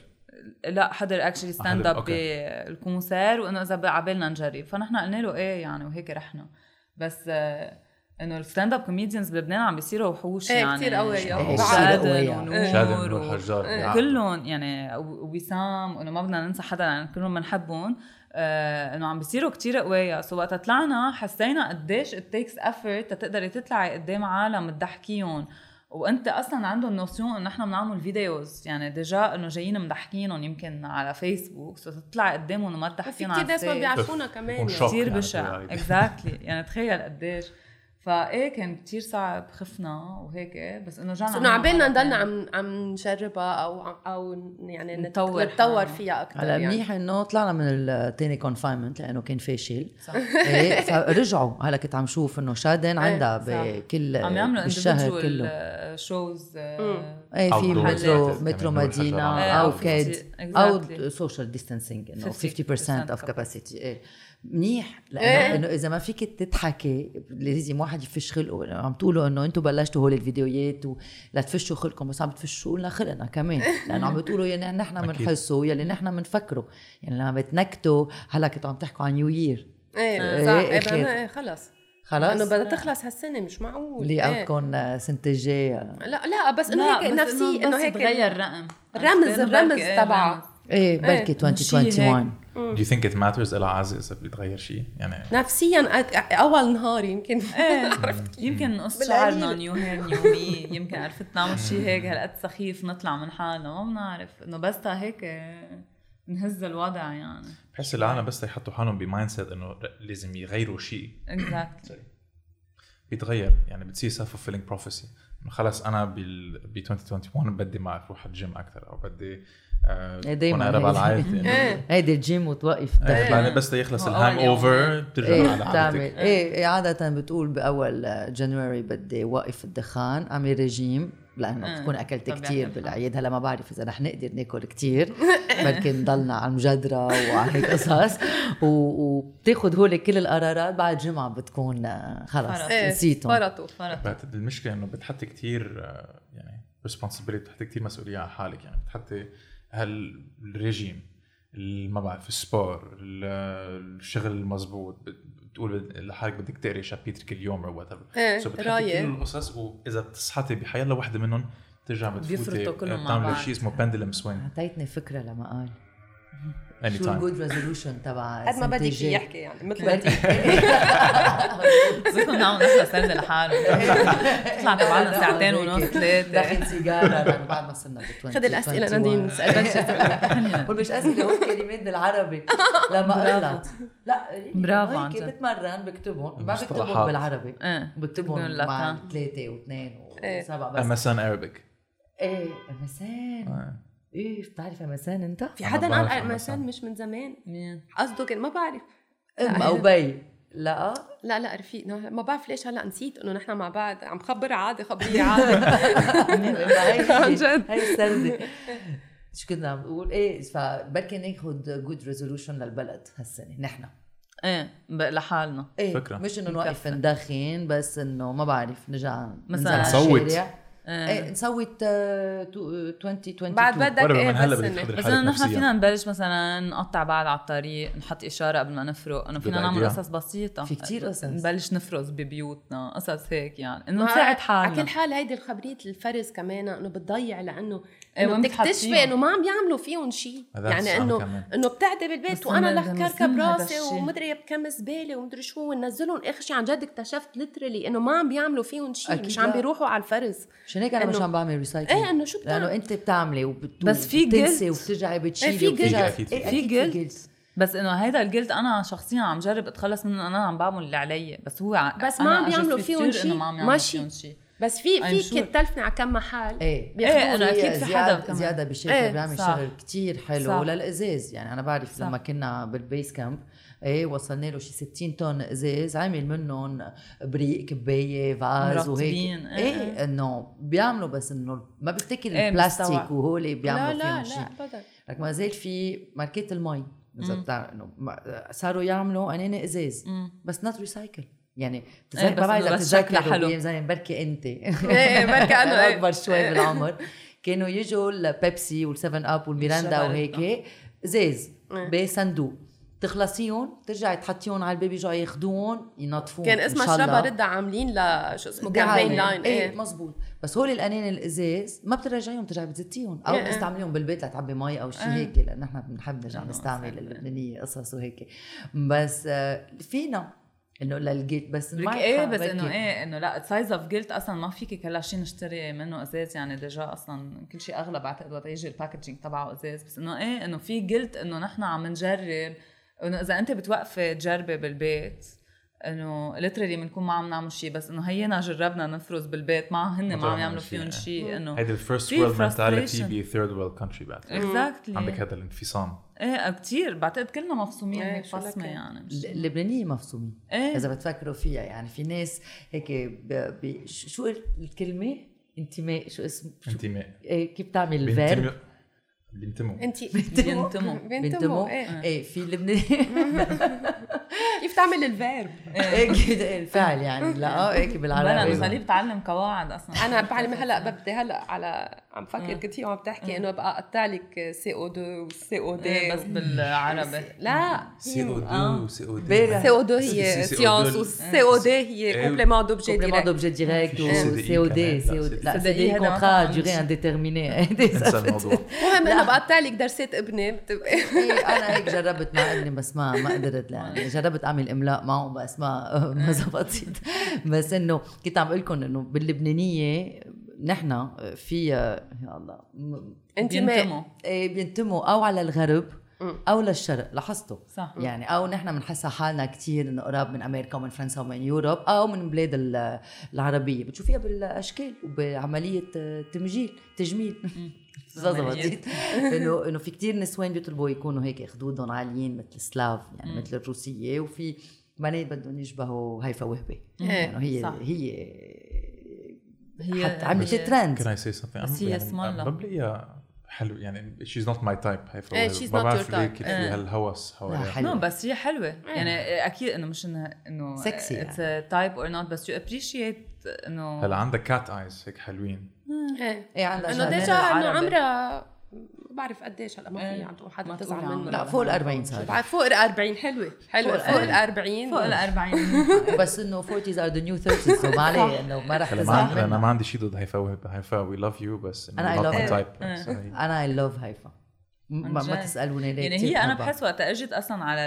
Speaker 4: لا حضر اكشلي ستاند
Speaker 5: حضر،
Speaker 4: اب
Speaker 5: أوكي.
Speaker 4: بالكونسير وانه اذا عبالنا نجرب فنحن قلنا له ايه يعني وهيك رحنا بس آه، انه الستاند اب كوميديانز بلبنان عم بيصيروا وحوش
Speaker 1: إيه،
Speaker 4: يعني
Speaker 1: كتير قوية.
Speaker 4: شادن
Speaker 3: شادن قوية.
Speaker 5: شادن
Speaker 4: ونور و-
Speaker 5: والحجار
Speaker 4: آه، إيه. كلهم يعني و- وسام وانه ما بدنا ننسى حدا يعني كلهم بنحبهم آه انه عم بيصيروا كتير قوية سو وقت طلعنا حسينا قديش it takes effort تتقدري تطلعي قدام عالم تضحكيهم وانت اصلا عندهم نوسيون انه نحن بنعمل فيديوز يعني ديجا انه جايين مدحكينهم يمكن على فيسبوك سو تطلعي قدامهم وما
Speaker 1: وفي
Speaker 4: تضحكيهم
Speaker 1: كتير ناس ما
Speaker 4: stage.
Speaker 1: بيعرفونا كمان
Speaker 5: بيكون
Speaker 1: يعني.
Speaker 5: شوك.
Speaker 4: كتير
Speaker 5: يعني
Speaker 4: بشع
Speaker 5: بالعادي.
Speaker 4: اكزاكتلي يعني تخيل قديش فايه كان كتير صعب خفنا وهيك إيه، بس انه رجعنا
Speaker 1: بس انه عبالنا
Speaker 4: عملنا مرة
Speaker 1: نعم، نضلنا
Speaker 4: تانية.
Speaker 1: عم عم نجربها او او ن- يعني نت-
Speaker 4: نطور
Speaker 1: نتطور
Speaker 4: حالنا.
Speaker 1: فيها اكثر
Speaker 3: هلا
Speaker 1: يعني
Speaker 3: منيح انه طلعنا من الثاني كونفاينمنت لانه كان فاشل
Speaker 4: صح.
Speaker 3: ايه فرجعوا هلا كنت عم شوف انه شادن عندها
Speaker 4: صح.
Speaker 3: بكل
Speaker 4: عم يعملوا
Speaker 3: آه، بالشهر كله
Speaker 4: individual آه، شوز
Speaker 3: ايه في
Speaker 5: Outdoor
Speaker 3: مترو
Speaker 5: activities
Speaker 3: مترو
Speaker 5: كمان،
Speaker 3: مدينه
Speaker 5: والحجر
Speaker 4: على
Speaker 3: او
Speaker 4: الأرض.
Speaker 3: كيد
Speaker 4: Exactly.
Speaker 3: او سوشيال ديستانسينج انه
Speaker 4: 50%
Speaker 3: 50% اوف
Speaker 4: capacity.
Speaker 3: كاباسيتي ايه منيح
Speaker 1: إيه.
Speaker 3: لانه انه اذا ما فيك تضحكي لازم واحد يفش خلقه لأنه عم تقولوا انه انتم بلشتوا هول الفيديوهات و- لتفشوا خلقكم بس عم تفشوا لنا خلقنا كمان لانه عم بتقولوا يعني نحن
Speaker 5: أكيد.
Speaker 3: بنحسه يلي نحن بنفكره يعني لما بتنكتوا هلا كنتوا عم تحكوا عن نيو يير
Speaker 1: ايه
Speaker 3: إيه،
Speaker 1: صح
Speaker 3: إيه،
Speaker 1: إيه،
Speaker 3: خير.
Speaker 1: بدنا- إيه، خلاص انه
Speaker 3: خلاص
Speaker 1: بدها تخلص هالسنه مش معقول
Speaker 3: لي
Speaker 1: إيه.
Speaker 3: اوتكم سنه الجايه
Speaker 1: لا لا بس انه هيك نفسي انه هيك
Speaker 4: تغير رقم
Speaker 1: رمز الرمز
Speaker 4: بركي إيه،
Speaker 1: تبعه
Speaker 4: رمز.
Speaker 3: ايه بركي
Speaker 4: شي هيك.
Speaker 3: 2021
Speaker 5: Do you think it matters إلها عازي إذا بيتغير شيء؟ يعني
Speaker 1: نفسيا أت- اول نهار يمكن
Speaker 4: يمكن نقص
Speaker 1: بالقليل.
Speaker 4: شعرنا نيو هير نيو مي يمكن عرفت نعمل شيء هيك هالقد سخيف نطلع من حالنا ما بنعرف انه بس تا هيك آه، نهز الوضع يعني
Speaker 5: بحس العالم بس يحطوا حالهم بمايند سيت انه لازم يغيروا شيء
Speaker 4: اكزاكتلي
Speaker 5: بيتغير يعني بتصير سيلف فيلينج بروفيسي انه خلص انا بال ب 2021 بدي ما اروح على الجيم اكثر او بدي آه،
Speaker 3: إيه دايماً
Speaker 5: أكون اقرب على
Speaker 3: هيدي.
Speaker 5: عائلتي إنه-
Speaker 1: ايه
Speaker 3: هيدي الجيم وتوقف
Speaker 5: إيه،
Speaker 3: دخلة.
Speaker 5: بعدين بس ليخلص
Speaker 4: يعني. هو
Speaker 5: الهانج
Speaker 4: أول يوم. إيه،
Speaker 5: اوفر بترجع على
Speaker 3: ايه بتعمل
Speaker 5: عادتك
Speaker 3: ايه إيه، عادة بتقول بأول جانوري بدي وقف الدخان اعمل رجيم لانه
Speaker 4: آه،
Speaker 3: بتكون اكلت
Speaker 4: طبيعة
Speaker 3: كتير
Speaker 4: الحال.
Speaker 3: بالعيد هلا ما بعرف اذا رح نقدر ناكل كتير بلكي نضلنا على المجدره وعلى هيك قصص و- وبتاخد هولي كل القرارات بعد جمعه بتكون آه، خلص
Speaker 4: خلص.
Speaker 1: إيه،
Speaker 3: نسيتهم
Speaker 1: فرطوا
Speaker 5: بعد المشكله انه بتحطي كثير يعني responsibility بتحطي كثير مسؤوليه على حالك يعني بتحطي هالريجيم ال- ما بعرف السبور ال- الشغل المزبوط بت- بتقول بد- لحالك بدك تقري شابيترك اليوم او وات
Speaker 1: إيه، رايق.
Speaker 5: كل القصص واذا بتصحتي بحيلا وحده منهم بترجع بتفوتي
Speaker 4: بيفرطوا كلهم مع
Speaker 5: بتعملي
Speaker 4: بعض.
Speaker 5: شيء اسمه pendulum swing
Speaker 3: اعطيتني فكره لما قال
Speaker 5: اني
Speaker 3: شو
Speaker 5: تايم
Speaker 3: الجود ريزولوشن تبع
Speaker 1: قد ما
Speaker 3: سنتين
Speaker 1: بدك
Speaker 3: جاي؟
Speaker 1: إياه يحكي يعني مثل
Speaker 3: إيه.
Speaker 1: ما بدك
Speaker 4: بدكم نعمل نحن سرد لحالهم نطلع تبعنا ساعتين ونص ثلاثة
Speaker 3: داخل سيجاره لأنه بعد ما صرنا ب
Speaker 1: خذ الاسئله نادين سالتك
Speaker 3: قول مش اسئله قول كلمات بالعربي لما اقلط لا هيك-
Speaker 4: برافو عن
Speaker 3: هيك
Speaker 4: جد.
Speaker 3: بتمرن بكتبهم ما بكتبهم
Speaker 5: المصطلحات.
Speaker 3: بالعربي
Speaker 4: إيه. بدون
Speaker 3: بكتبهم
Speaker 4: لك،
Speaker 3: مع
Speaker 4: ها.
Speaker 3: ثلاثه واثنين
Speaker 1: إيه.
Speaker 3: وسبعه بس
Speaker 5: MSN آه، Arabic
Speaker 3: ايه مسان
Speaker 5: آه.
Speaker 3: ايه بتعرف مسان انت؟
Speaker 1: في
Speaker 5: أنا
Speaker 1: حدا
Speaker 5: بعرف
Speaker 1: علق
Speaker 5: عن
Speaker 1: مثلا
Speaker 5: مثلاً.
Speaker 1: مش من زمان
Speaker 4: مين؟
Speaker 1: قصده كان ما بعرف
Speaker 3: ام
Speaker 4: نعم.
Speaker 1: لا،
Speaker 3: او
Speaker 1: هلا-
Speaker 3: بي لا
Speaker 1: لا لا رفيق نا- ما بعرف ليش هلا نسيت انه نحن مع بعض عم خبر عادي خبريه عادي عن
Speaker 3: عن
Speaker 1: جد.
Speaker 3: هي السردة شو كنا عم نقول ايه فبركي ناخذ جود ريزولوشن للبلد هالسنه نحن
Speaker 4: ايه ب- لحالنا
Speaker 3: ايه
Speaker 5: فكرة.
Speaker 3: مش انه نوقف ندخن بس انه ما بعرف نرجع ننزل على
Speaker 5: نصوت.
Speaker 3: الشارع.
Speaker 4: إيه.
Speaker 3: ايه نصوت آه، تو- 2022
Speaker 1: بعد بدك
Speaker 5: ولا
Speaker 1: ايه
Speaker 5: من هلا
Speaker 1: بس
Speaker 5: بدك
Speaker 1: إنه-
Speaker 5: تحضري
Speaker 4: بس
Speaker 5: حالك
Speaker 4: انه نحن
Speaker 5: نفسياً.
Speaker 4: فينا نبلش مثلا نقطع بعض على الطريق نحط اشاره قبل ما نفرق انه فينا
Speaker 5: Good
Speaker 4: نعمل
Speaker 5: idea.
Speaker 4: قصص بسيطه
Speaker 3: في كتير قصص.
Speaker 4: نبلش نفرز ببيوتنا قصص هيك يعني انه
Speaker 1: ما-
Speaker 4: نساعد
Speaker 1: على
Speaker 4: حالنا
Speaker 1: كل حال هيدي الخبرية الفرز كمان انه بتضيع لانه
Speaker 4: إيه،
Speaker 1: إنه
Speaker 4: وين بتحطيهم؟
Speaker 1: بتكتشفي انه ما عم يعملوا فيهم شيء
Speaker 5: هذا
Speaker 1: يعني
Speaker 5: السؤال
Speaker 1: انه
Speaker 5: كمان.
Speaker 1: انه بتعدي بالبيت
Speaker 4: بس
Speaker 1: وانا
Speaker 4: إنه
Speaker 1: لك
Speaker 4: لازم
Speaker 1: كركب
Speaker 4: هذا
Speaker 1: راسي
Speaker 4: الشيء.
Speaker 1: ومدري بكم زباله ومدري شو ونزلهم اخر شيء عن جد اكتشفت لترلي انه ما عم بيعملوا فيهم شيء
Speaker 3: أكيد
Speaker 1: مش عم
Speaker 3: لا.
Speaker 1: بيروحوا على الفرز
Speaker 3: عشان هيك انا مش
Speaker 1: إنه-
Speaker 3: عم بعمل ريسايكل
Speaker 1: إيه، إنه شو بتعمل؟
Speaker 3: لانه انت بتعملي وبت...
Speaker 4: بس في
Speaker 3: بتنسي
Speaker 4: guilt.
Speaker 3: وبترجعي بتشيلي
Speaker 1: إيه، في
Speaker 3: وبترجعي-
Speaker 5: guilt. أكيد في
Speaker 3: إيه،
Speaker 5: guilt.
Speaker 3: أكيد
Speaker 4: في guilt. بس انه هيدا الجلد انا شخصيا عم جرب اتخلص منه انا عم بعمل اللي علي بس هو ع-
Speaker 1: بس ما
Speaker 4: أنا
Speaker 1: عم بيعملوا
Speaker 4: أجزت
Speaker 1: فيهم
Speaker 4: كتير إنه ما عم
Speaker 1: شيء
Speaker 4: يعملوا
Speaker 1: ماشي
Speaker 4: فيهم شيء
Speaker 1: بس في
Speaker 4: I'm
Speaker 1: في
Speaker 4: sure.
Speaker 1: كتلفنا على كم محل
Speaker 3: ايه
Speaker 1: بياخدوه
Speaker 4: إيه، أنا
Speaker 1: زي-
Speaker 4: أكيد في حدا
Speaker 3: زياد
Speaker 4: كمان.
Speaker 3: زياد بالشركه
Speaker 1: إيه،
Speaker 3: ايه بيعمل
Speaker 4: صح.
Speaker 3: شغل كتير حلو
Speaker 4: صح.
Speaker 3: صح. للازاز يعني انا بعرف
Speaker 4: صح.
Speaker 3: صح. لما كنا بالبيس كامب ايه وصلنا له شي 60 طن ازاز عامل منهم بريق كبايه فاز وهيك
Speaker 4: مرتبين، إيه، إيه.
Speaker 3: ايه انه بيعملوا بس انه ما بفتكر
Speaker 4: إيه،
Speaker 3: ايه
Speaker 4: مستوعب.
Speaker 3: البلاستيك وهولي
Speaker 1: لا
Speaker 3: بيعملوا
Speaker 1: لا
Speaker 3: فيهم شيء
Speaker 1: لا ابدا
Speaker 3: لك ما زال في ماركات المي اذا
Speaker 4: مم.
Speaker 3: بتعرف انه ما- صاروا يعملوا قنانه ازاز
Speaker 4: مم.
Speaker 3: بس نوت ريسايكل يعني
Speaker 4: إيه،
Speaker 3: بتتذكر
Speaker 4: بس
Speaker 3: ما بعرف اذا
Speaker 4: إنه بس شكله
Speaker 3: بتتذكروا
Speaker 4: حلو.
Speaker 3: بأيام زمان يعني بركي انت
Speaker 1: إيه، بركي أنا، إيه.
Speaker 3: اكبر شوي بالعمر كانوا يجوا البيبسي والسفن اب والميراندا
Speaker 4: الشغل.
Speaker 3: وهيك زاز
Speaker 1: آه. إيه.
Speaker 3: بصندوق تخلصيهم ترجعي تحطيهم على البيبي جاي ياخذوهم ينظفوهم
Speaker 1: كان
Speaker 3: إن
Speaker 1: اسمها
Speaker 3: شاء
Speaker 1: شربة
Speaker 3: الله.
Speaker 1: رضا عاملين ل شو اسمه
Speaker 3: دعاية.
Speaker 1: كامبين لاين
Speaker 3: ايه
Speaker 4: إيه.
Speaker 1: ايه
Speaker 3: مزبوط بس هول القنانه الازاز ما بترجعيهم بترجعي بتزتيهم او
Speaker 1: إيه، إيه.
Speaker 3: بتستعمليهم بالبيت لتعبي مي او شيء
Speaker 4: إيه.
Speaker 3: هيك لان نحن بنحب نرجع
Speaker 4: إنه
Speaker 3: نستعمل
Speaker 4: صح.
Speaker 3: اللبنانيه قصص وهيك بس آه، فينا انه للجيت بس
Speaker 4: لك
Speaker 3: معك
Speaker 4: ايه
Speaker 3: حق
Speaker 4: بس
Speaker 3: بركي.
Speaker 4: انه ايه انه لا سايز اوف جلت اصلا ما فيك كل شيء نشتري منه ازاز يعني ديجا اصلا كل شيء اغلى بعتقد وقت يجي الباكجينج تبعه ازاز بس انه ايه انه في جلت انه نحن عم نجرب انه اذا انت بتوقفي تجربي بالبيت انه ليترلي بنكون ما عم نعمل شيء بس انه هينا جربنا نفرز بالبيت ما هن ما عم يعملوا فيهم شيء انه
Speaker 5: إيه. هيدي الفيرست
Speaker 4: في
Speaker 5: وورلد
Speaker 4: frustration.
Speaker 5: mentality ب third world country بعد عندك
Speaker 4: اكزاكتلي
Speaker 5: هذا الانفصام
Speaker 4: ايه كثير بعتقد كلنا مفصومين
Speaker 1: إيه،
Speaker 4: هيك
Speaker 1: شو لك
Speaker 4: فصمه
Speaker 1: إيه.
Speaker 4: يعني مش-
Speaker 3: اللبنانيه مفصومين
Speaker 4: إيه.
Speaker 3: اذا بتفكروا فيها يعني في ناس هيك ب... ب... شو شو الكلمه انتماء شو اسمه شو...
Speaker 5: انتماء
Speaker 3: إيه كيف تعمل الفيرب
Speaker 5: بينتموا بينتموا
Speaker 1: انت
Speaker 4: بينتموا.
Speaker 1: بينتموا ايه
Speaker 4: إيه.
Speaker 3: ايه في لبنان
Speaker 1: كيف تعمل الفيرب
Speaker 3: ايه كده إيه الفعل يعني لا اه هيك
Speaker 4: بلا
Speaker 3: بالعربي
Speaker 4: نخليه بتعلم قواعد اصلا
Speaker 1: انا بعلم هلا ببدي هلا على عم فكر كثير وعم تحكي انه بقى اقطع لك سي او 2 والسي او
Speaker 4: إيه،
Speaker 1: دي
Speaker 4: بس بالعربي
Speaker 1: لا
Speaker 5: سي او
Speaker 4: آه.
Speaker 5: دو سي او
Speaker 3: بيرة.
Speaker 1: سي او 2 هي
Speaker 5: سي-
Speaker 1: سيونس
Speaker 5: CO2.
Speaker 1: والسي او دي هي
Speaker 5: إيه.
Speaker 1: كومبليمون دوبجي
Speaker 3: كومبليمون
Speaker 1: ديريكت
Speaker 3: دوبجي ديريكت
Speaker 5: في CDI
Speaker 3: وسي او دي
Speaker 5: كمان.
Speaker 3: سي او دي لا سي دي
Speaker 4: هذا ما
Speaker 3: كونترا
Speaker 4: بعرف.
Speaker 3: دوري انديترميني
Speaker 5: انسى الموضوع
Speaker 1: المهم انه بقطع لك درسات ابني بتبقى
Speaker 3: انا هيك جربت مع ابني بس ما ما قدرت يعني جربت اعمل املاء معه بس ما ما زبطت بس انه كنت عم اقول لكم انه باللبنانيه نحن في يا الله م-
Speaker 1: انتماء
Speaker 4: بينتموا.
Speaker 3: إيه بينتموا او آه، على الغرب او للشرق لاحظته
Speaker 4: صح.
Speaker 3: يعني او نحن بنحسها حالنا كتير انه قراب من امريكا ومن فرنسا ومن يوروب او من بلاد ال- العربيه بتشوفيها بالاشكال وبعمليه تمجيل تجميل
Speaker 4: عملية.
Speaker 3: زبطت انه انه في كتير نسوان بيطلبوا يكونوا هيك خدودهم عاليين مثل السلاف يعني مثل الروسيه وفي بنات بدهم يشبهوا هيفا وهبه يعني هي
Speaker 4: صح.
Speaker 3: هي
Speaker 4: هي-
Speaker 3: حتى عملت
Speaker 4: هي-
Speaker 5: Can
Speaker 3: ترند
Speaker 5: I say something?
Speaker 4: بس
Speaker 5: I'm-
Speaker 4: هي
Speaker 5: يعني
Speaker 4: small.
Speaker 5: ما بلاقيها حلو يعني she's not my type هي
Speaker 1: إيه،
Speaker 5: فوائد.
Speaker 1: she's
Speaker 5: ما
Speaker 1: not
Speaker 5: بعرف
Speaker 1: your
Speaker 5: ليه
Speaker 1: type.
Speaker 5: كيف
Speaker 4: إيه.
Speaker 5: في هالهوس
Speaker 3: لا،
Speaker 5: حواليها
Speaker 3: حلوة
Speaker 4: نو اه، بس هي حلوه يعني اكيد انه مش انها انه
Speaker 3: Sexy
Speaker 4: اتس تايب اور نوت بس يو ابريشيت انه
Speaker 5: هلا عندها كات ايز هيك حلوين
Speaker 1: ايه
Speaker 3: ايه عندها
Speaker 1: انه
Speaker 3: شغلة.
Speaker 1: ديجا انه
Speaker 4: العربي.
Speaker 1: عمرها ما بعرف قديش هلا ما في
Speaker 4: إيه.
Speaker 1: عم تقول حدا
Speaker 4: ما تقول
Speaker 1: تزعل
Speaker 4: عمرها.
Speaker 1: منه
Speaker 3: لا فوق ال 40 صار
Speaker 1: بعد فوق ال 40 حلوه حلوه
Speaker 3: فوق
Speaker 1: فوق
Speaker 3: ال
Speaker 1: ال 40
Speaker 4: فوق ال 40
Speaker 3: بس انه 40s are the new 30s so ما عليه انه ما رح
Speaker 5: هلا ما عندي-
Speaker 3: تزعل
Speaker 5: انا
Speaker 3: منها.
Speaker 5: ما عندي شيء ضد هيفا وهبة. هيفا وي لاف يو بس
Speaker 3: أنا I
Speaker 5: not
Speaker 3: love her.
Speaker 5: my type.
Speaker 1: إيه.
Speaker 5: Sorry.
Speaker 3: انا اي لاف هيفا م-
Speaker 4: عن
Speaker 3: ما ما
Speaker 4: جد.
Speaker 3: تسالوني ليه
Speaker 4: يعني
Speaker 3: كتير
Speaker 4: هي انا
Speaker 3: بحبها.
Speaker 4: بحس وقت اجت اصلا على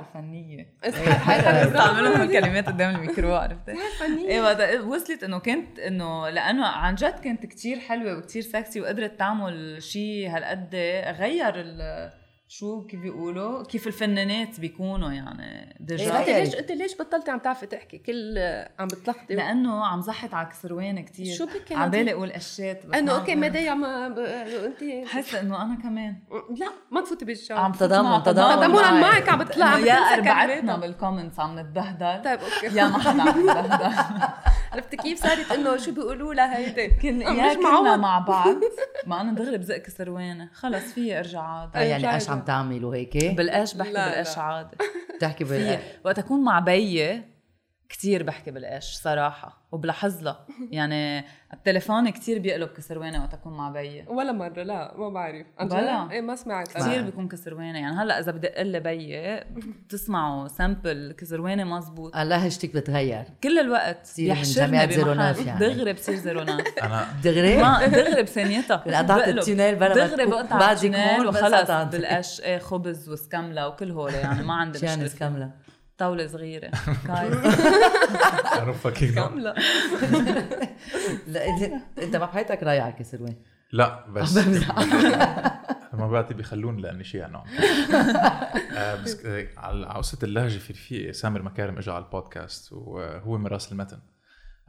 Speaker 4: الفنيه
Speaker 1: إيه، حلوه
Speaker 4: إيه، بستعملهم الكلمات قدام الميكرو
Speaker 1: يعني.
Speaker 4: عرفتي؟
Speaker 1: إيه، فنية.
Speaker 4: ايه وقت وصلت انه كنت انه لانه عن جد كنت كتير حلوه وكتير سكسي وقدرت تعمل شيء هالقد غير ال شو كيف بيقولوا كيف الفنانات بيكونوا يعني
Speaker 3: إيه،
Speaker 1: انت
Speaker 4: دجا
Speaker 3: غير.
Speaker 1: ليش انت ليش بطلتي عم تعرفي تحكي كل عم بتلخبطي
Speaker 4: لانه عم زحت على كسروان كتير
Speaker 1: إيه. شو بك يا
Speaker 4: عبالي
Speaker 1: لطيف؟
Speaker 4: اقول اشات بس
Speaker 1: انه
Speaker 4: ما
Speaker 1: اوكي
Speaker 4: عم-
Speaker 1: مدايا ما ب- انت
Speaker 4: بحس انه انا كمان
Speaker 1: لا ما تفوتي بالجو
Speaker 4: عم تفوت
Speaker 3: تضامن-
Speaker 4: مع
Speaker 3: تضامن
Speaker 1: تضامنا
Speaker 3: معي.
Speaker 1: معك عم بتطلع عم
Speaker 4: إنه يا
Speaker 1: بتنسى
Speaker 4: اربعتنا
Speaker 1: كلماتها.
Speaker 4: بالكومنتس عم نتبهدل
Speaker 1: طيب اوكي
Speaker 4: يا ما حدا عم يتبهدل
Speaker 1: عرفت كيف صارت انه شو بيقولوا لها هيدي
Speaker 4: كن
Speaker 1: آه،
Speaker 4: يا
Speaker 1: مش
Speaker 4: كنا
Speaker 1: معود.
Speaker 4: مع بعض ما انا دغري بزق كسروانه خلص في ارجع عادي
Speaker 3: آه، يعني
Speaker 1: أي
Speaker 3: ايش عم
Speaker 1: فايدة.
Speaker 3: تعملوا هيك
Speaker 4: بالقش بحكي
Speaker 1: لا، لا.
Speaker 4: بالقش عادي
Speaker 3: بتحكي
Speaker 4: في
Speaker 3: بال
Speaker 4: وقت اكون مع بيي كتير بحكي بالقش صراحه وبلاحظ لها يعني التليفون كتير بيقلب كسروانه وقت اكون مع بيي
Speaker 1: ولا مره لا ما بعرف عن جد؟
Speaker 4: بلا.
Speaker 1: ايه ما سمعت أنا.
Speaker 4: كثير بيكون كسروانه يعني هلا اذا بدق لي بيي بتسمعوا سامبل كسروانه مزبوط
Speaker 3: الله هشتك بتغير
Speaker 4: كل الوقت
Speaker 3: بتصير من
Speaker 4: بيحشرنا
Speaker 3: جامعة زيرو ناس
Speaker 4: بمحل
Speaker 3: يعني.
Speaker 4: دغري بصير زيرو ناس
Speaker 5: انا
Speaker 3: دغري
Speaker 4: ما دغري بثانيتها
Speaker 3: قطعت
Speaker 4: بقلب.
Speaker 3: التونيل بلا ما
Speaker 4: دغري
Speaker 3: تكون-
Speaker 4: بقطع
Speaker 3: بعد
Speaker 4: التونيل
Speaker 3: يكون بس
Speaker 4: وخلص
Speaker 3: قطعت.
Speaker 4: بالقش ايه خبز وسكمله وكل هول يعني ما عندي مشكله
Speaker 3: شانس كامله
Speaker 4: طاوله صغيره guys.
Speaker 5: I don't fucking know.
Speaker 1: لا
Speaker 3: لا إنت- انت ما بحياتك رايح على كسر وين
Speaker 5: لا بس ما بعتي بيخلون لاني شيء انا آه، بس آه، على على قصه اللهجه في في سامر مكارم اجى على البودكاست وهو من راس المتن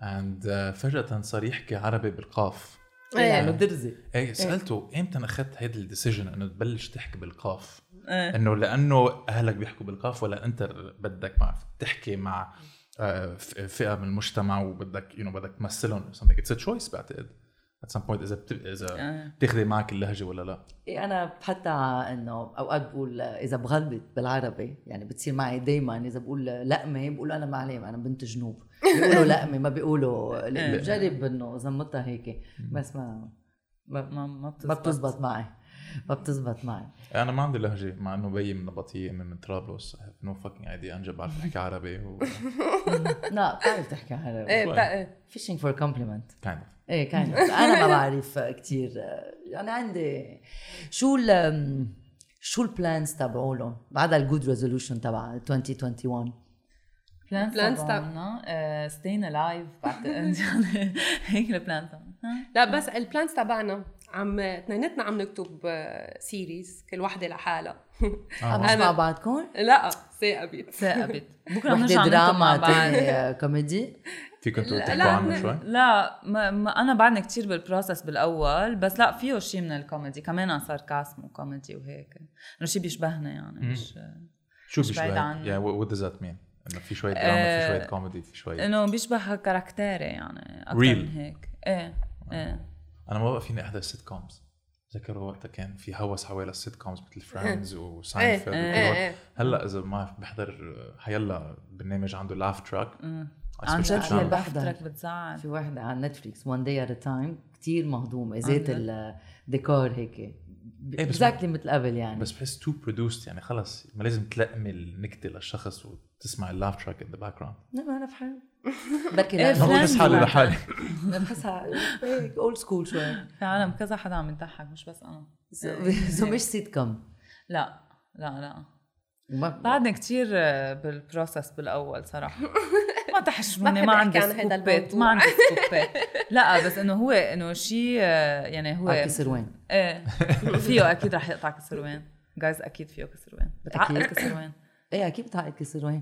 Speaker 5: اند فجاه صار يحكي عربي بالقاف
Speaker 3: يعني درزي
Speaker 5: ايه سالته امتى اخذت هيدا الديسيجن انه تبلش تحكي بالقاف
Speaker 4: إيه.
Speaker 5: انه لانه اهلك بيحكوا بالقاف ولا انت بدك مع تحكي مع آه، ف- فئه من المجتمع وبدك يو نو بدك تمثلهم or something اتس تشويس بعتقد ات سم بوينت اذا بت- اذا
Speaker 4: إيه.
Speaker 5: بتاخذي معك اللهجه ولا لا
Speaker 3: إيه انا حتى انه اوقات بقول اذا بغلبت بالعربي يعني بتصير معي دائما اذا بقول لقمه بقول انا ما عليه انا بنت جنوب بيقولوا لقمه ما بيقولوا لقمة. بجرب انه زمتها هيك بس ما ما
Speaker 4: ما ما بتزبط.
Speaker 3: ما بتزبط معي ما بتزبط معي
Speaker 5: انا ما عندي لهجه مع انه بيي من نبطيه من, من طرابلس نو فاكينج ايديا انجا بعرف احكي عربي و
Speaker 3: لا بتعرف تحكي عربي
Speaker 1: ايه بقى
Speaker 4: طيب.
Speaker 1: إيه.
Speaker 3: فيشينج فور كومبلمنت
Speaker 5: kind of.
Speaker 3: ايه كان انا ما بعرف كثير يعني عندي شو ال شو البلانز تبعولهم بعد الجود ريزولوشن تبع 2021
Speaker 4: بلانس
Speaker 1: بلانس
Speaker 4: تبعنا ستين الايف بعتقد يعني هيك البلان تبعنا
Speaker 1: لا بس البلانز تبعنا عم اثنيناتنا عم نكتب آه، سيريز كل وحده لحالها
Speaker 3: عم
Speaker 1: أنا-
Speaker 3: مع بعضكم
Speaker 1: لا ثاقبت
Speaker 4: ثاقبت بكره بنرجع
Speaker 3: وحده
Speaker 4: نكتب مع
Speaker 3: دراما
Speaker 4: بعض
Speaker 3: تانية كوميدي
Speaker 5: فيكم انتوا
Speaker 1: لا،
Speaker 5: تحكوا
Speaker 1: لا،
Speaker 5: عنه
Speaker 1: من-
Speaker 5: شوي؟
Speaker 4: لا ما, ما انا بعدني كتير بالبروسس بالاول بس لا فيه شيء من الكوميدي كمان صار كاسم وكوميدي وهيك انه شيء بيشبهنا يعني مش
Speaker 5: شو
Speaker 4: مش بعيد
Speaker 5: بيشبهك؟
Speaker 4: عنه.
Speaker 5: يعني وات does that mean؟ انه في شويه دراما في شويه
Speaker 4: آه،
Speaker 5: كوميدي في شويه
Speaker 4: انه بيشبه كاركتيري يعني اكثر
Speaker 5: Real.
Speaker 4: من هيك ايه ايه
Speaker 5: انا ما بقى فيني احضر سيت كومز ذكر وقتها كان في هوس حوالي السيت كومز مثل فريندز وساينفيلد
Speaker 4: إيه،
Speaker 5: وكل
Speaker 1: إيه.
Speaker 5: هول. هلا اذا ما بحضر حيلا برنامج عنده لاف تراك
Speaker 4: عن جد
Speaker 3: أنا بحضر.
Speaker 4: هي بحضرك بتزعل
Speaker 3: في واحدة على نتفليكس وان داي ات تايم كثير مهضومة ذات الديكور هيك
Speaker 5: إيه، بس-
Speaker 3: اكزاكتلي مثل قبل يعني
Speaker 5: بس بحس تو برودوسد يعني خلص ما لازم تلقمي النكته للشخص وتسمع اللاف تراك ان ذا باك جراوند
Speaker 3: لا ما انا في حالي بركي
Speaker 4: إيه،
Speaker 5: ما
Speaker 3: لا
Speaker 4: فريندز.
Speaker 5: بحس حالي لحالي
Speaker 3: بحسها هيك اولد سكول شوي
Speaker 4: في عالم كذا حدا عم يضحك مش بس انا
Speaker 3: سو مش سيت كوم
Speaker 4: لا لا لا بعدني كتير آه، بالبروسس بالاول صراحه ما
Speaker 1: ما
Speaker 4: تحشموني
Speaker 1: بحب
Speaker 4: ما عندي
Speaker 1: أحكي عن هيدا
Speaker 4: سكوبات
Speaker 1: الموضوع.
Speaker 4: ما عندي سكوبات لا بس انه هو انه شيء آه، يعني هو
Speaker 3: كسر وين
Speaker 4: إيه. ايه فيه اكيد رح يقطع كسروان جايز اكيد فيه كسر وين بتعقد
Speaker 3: أكيد.
Speaker 4: كسر وين
Speaker 3: ايه اكيد بتعقد كسر وين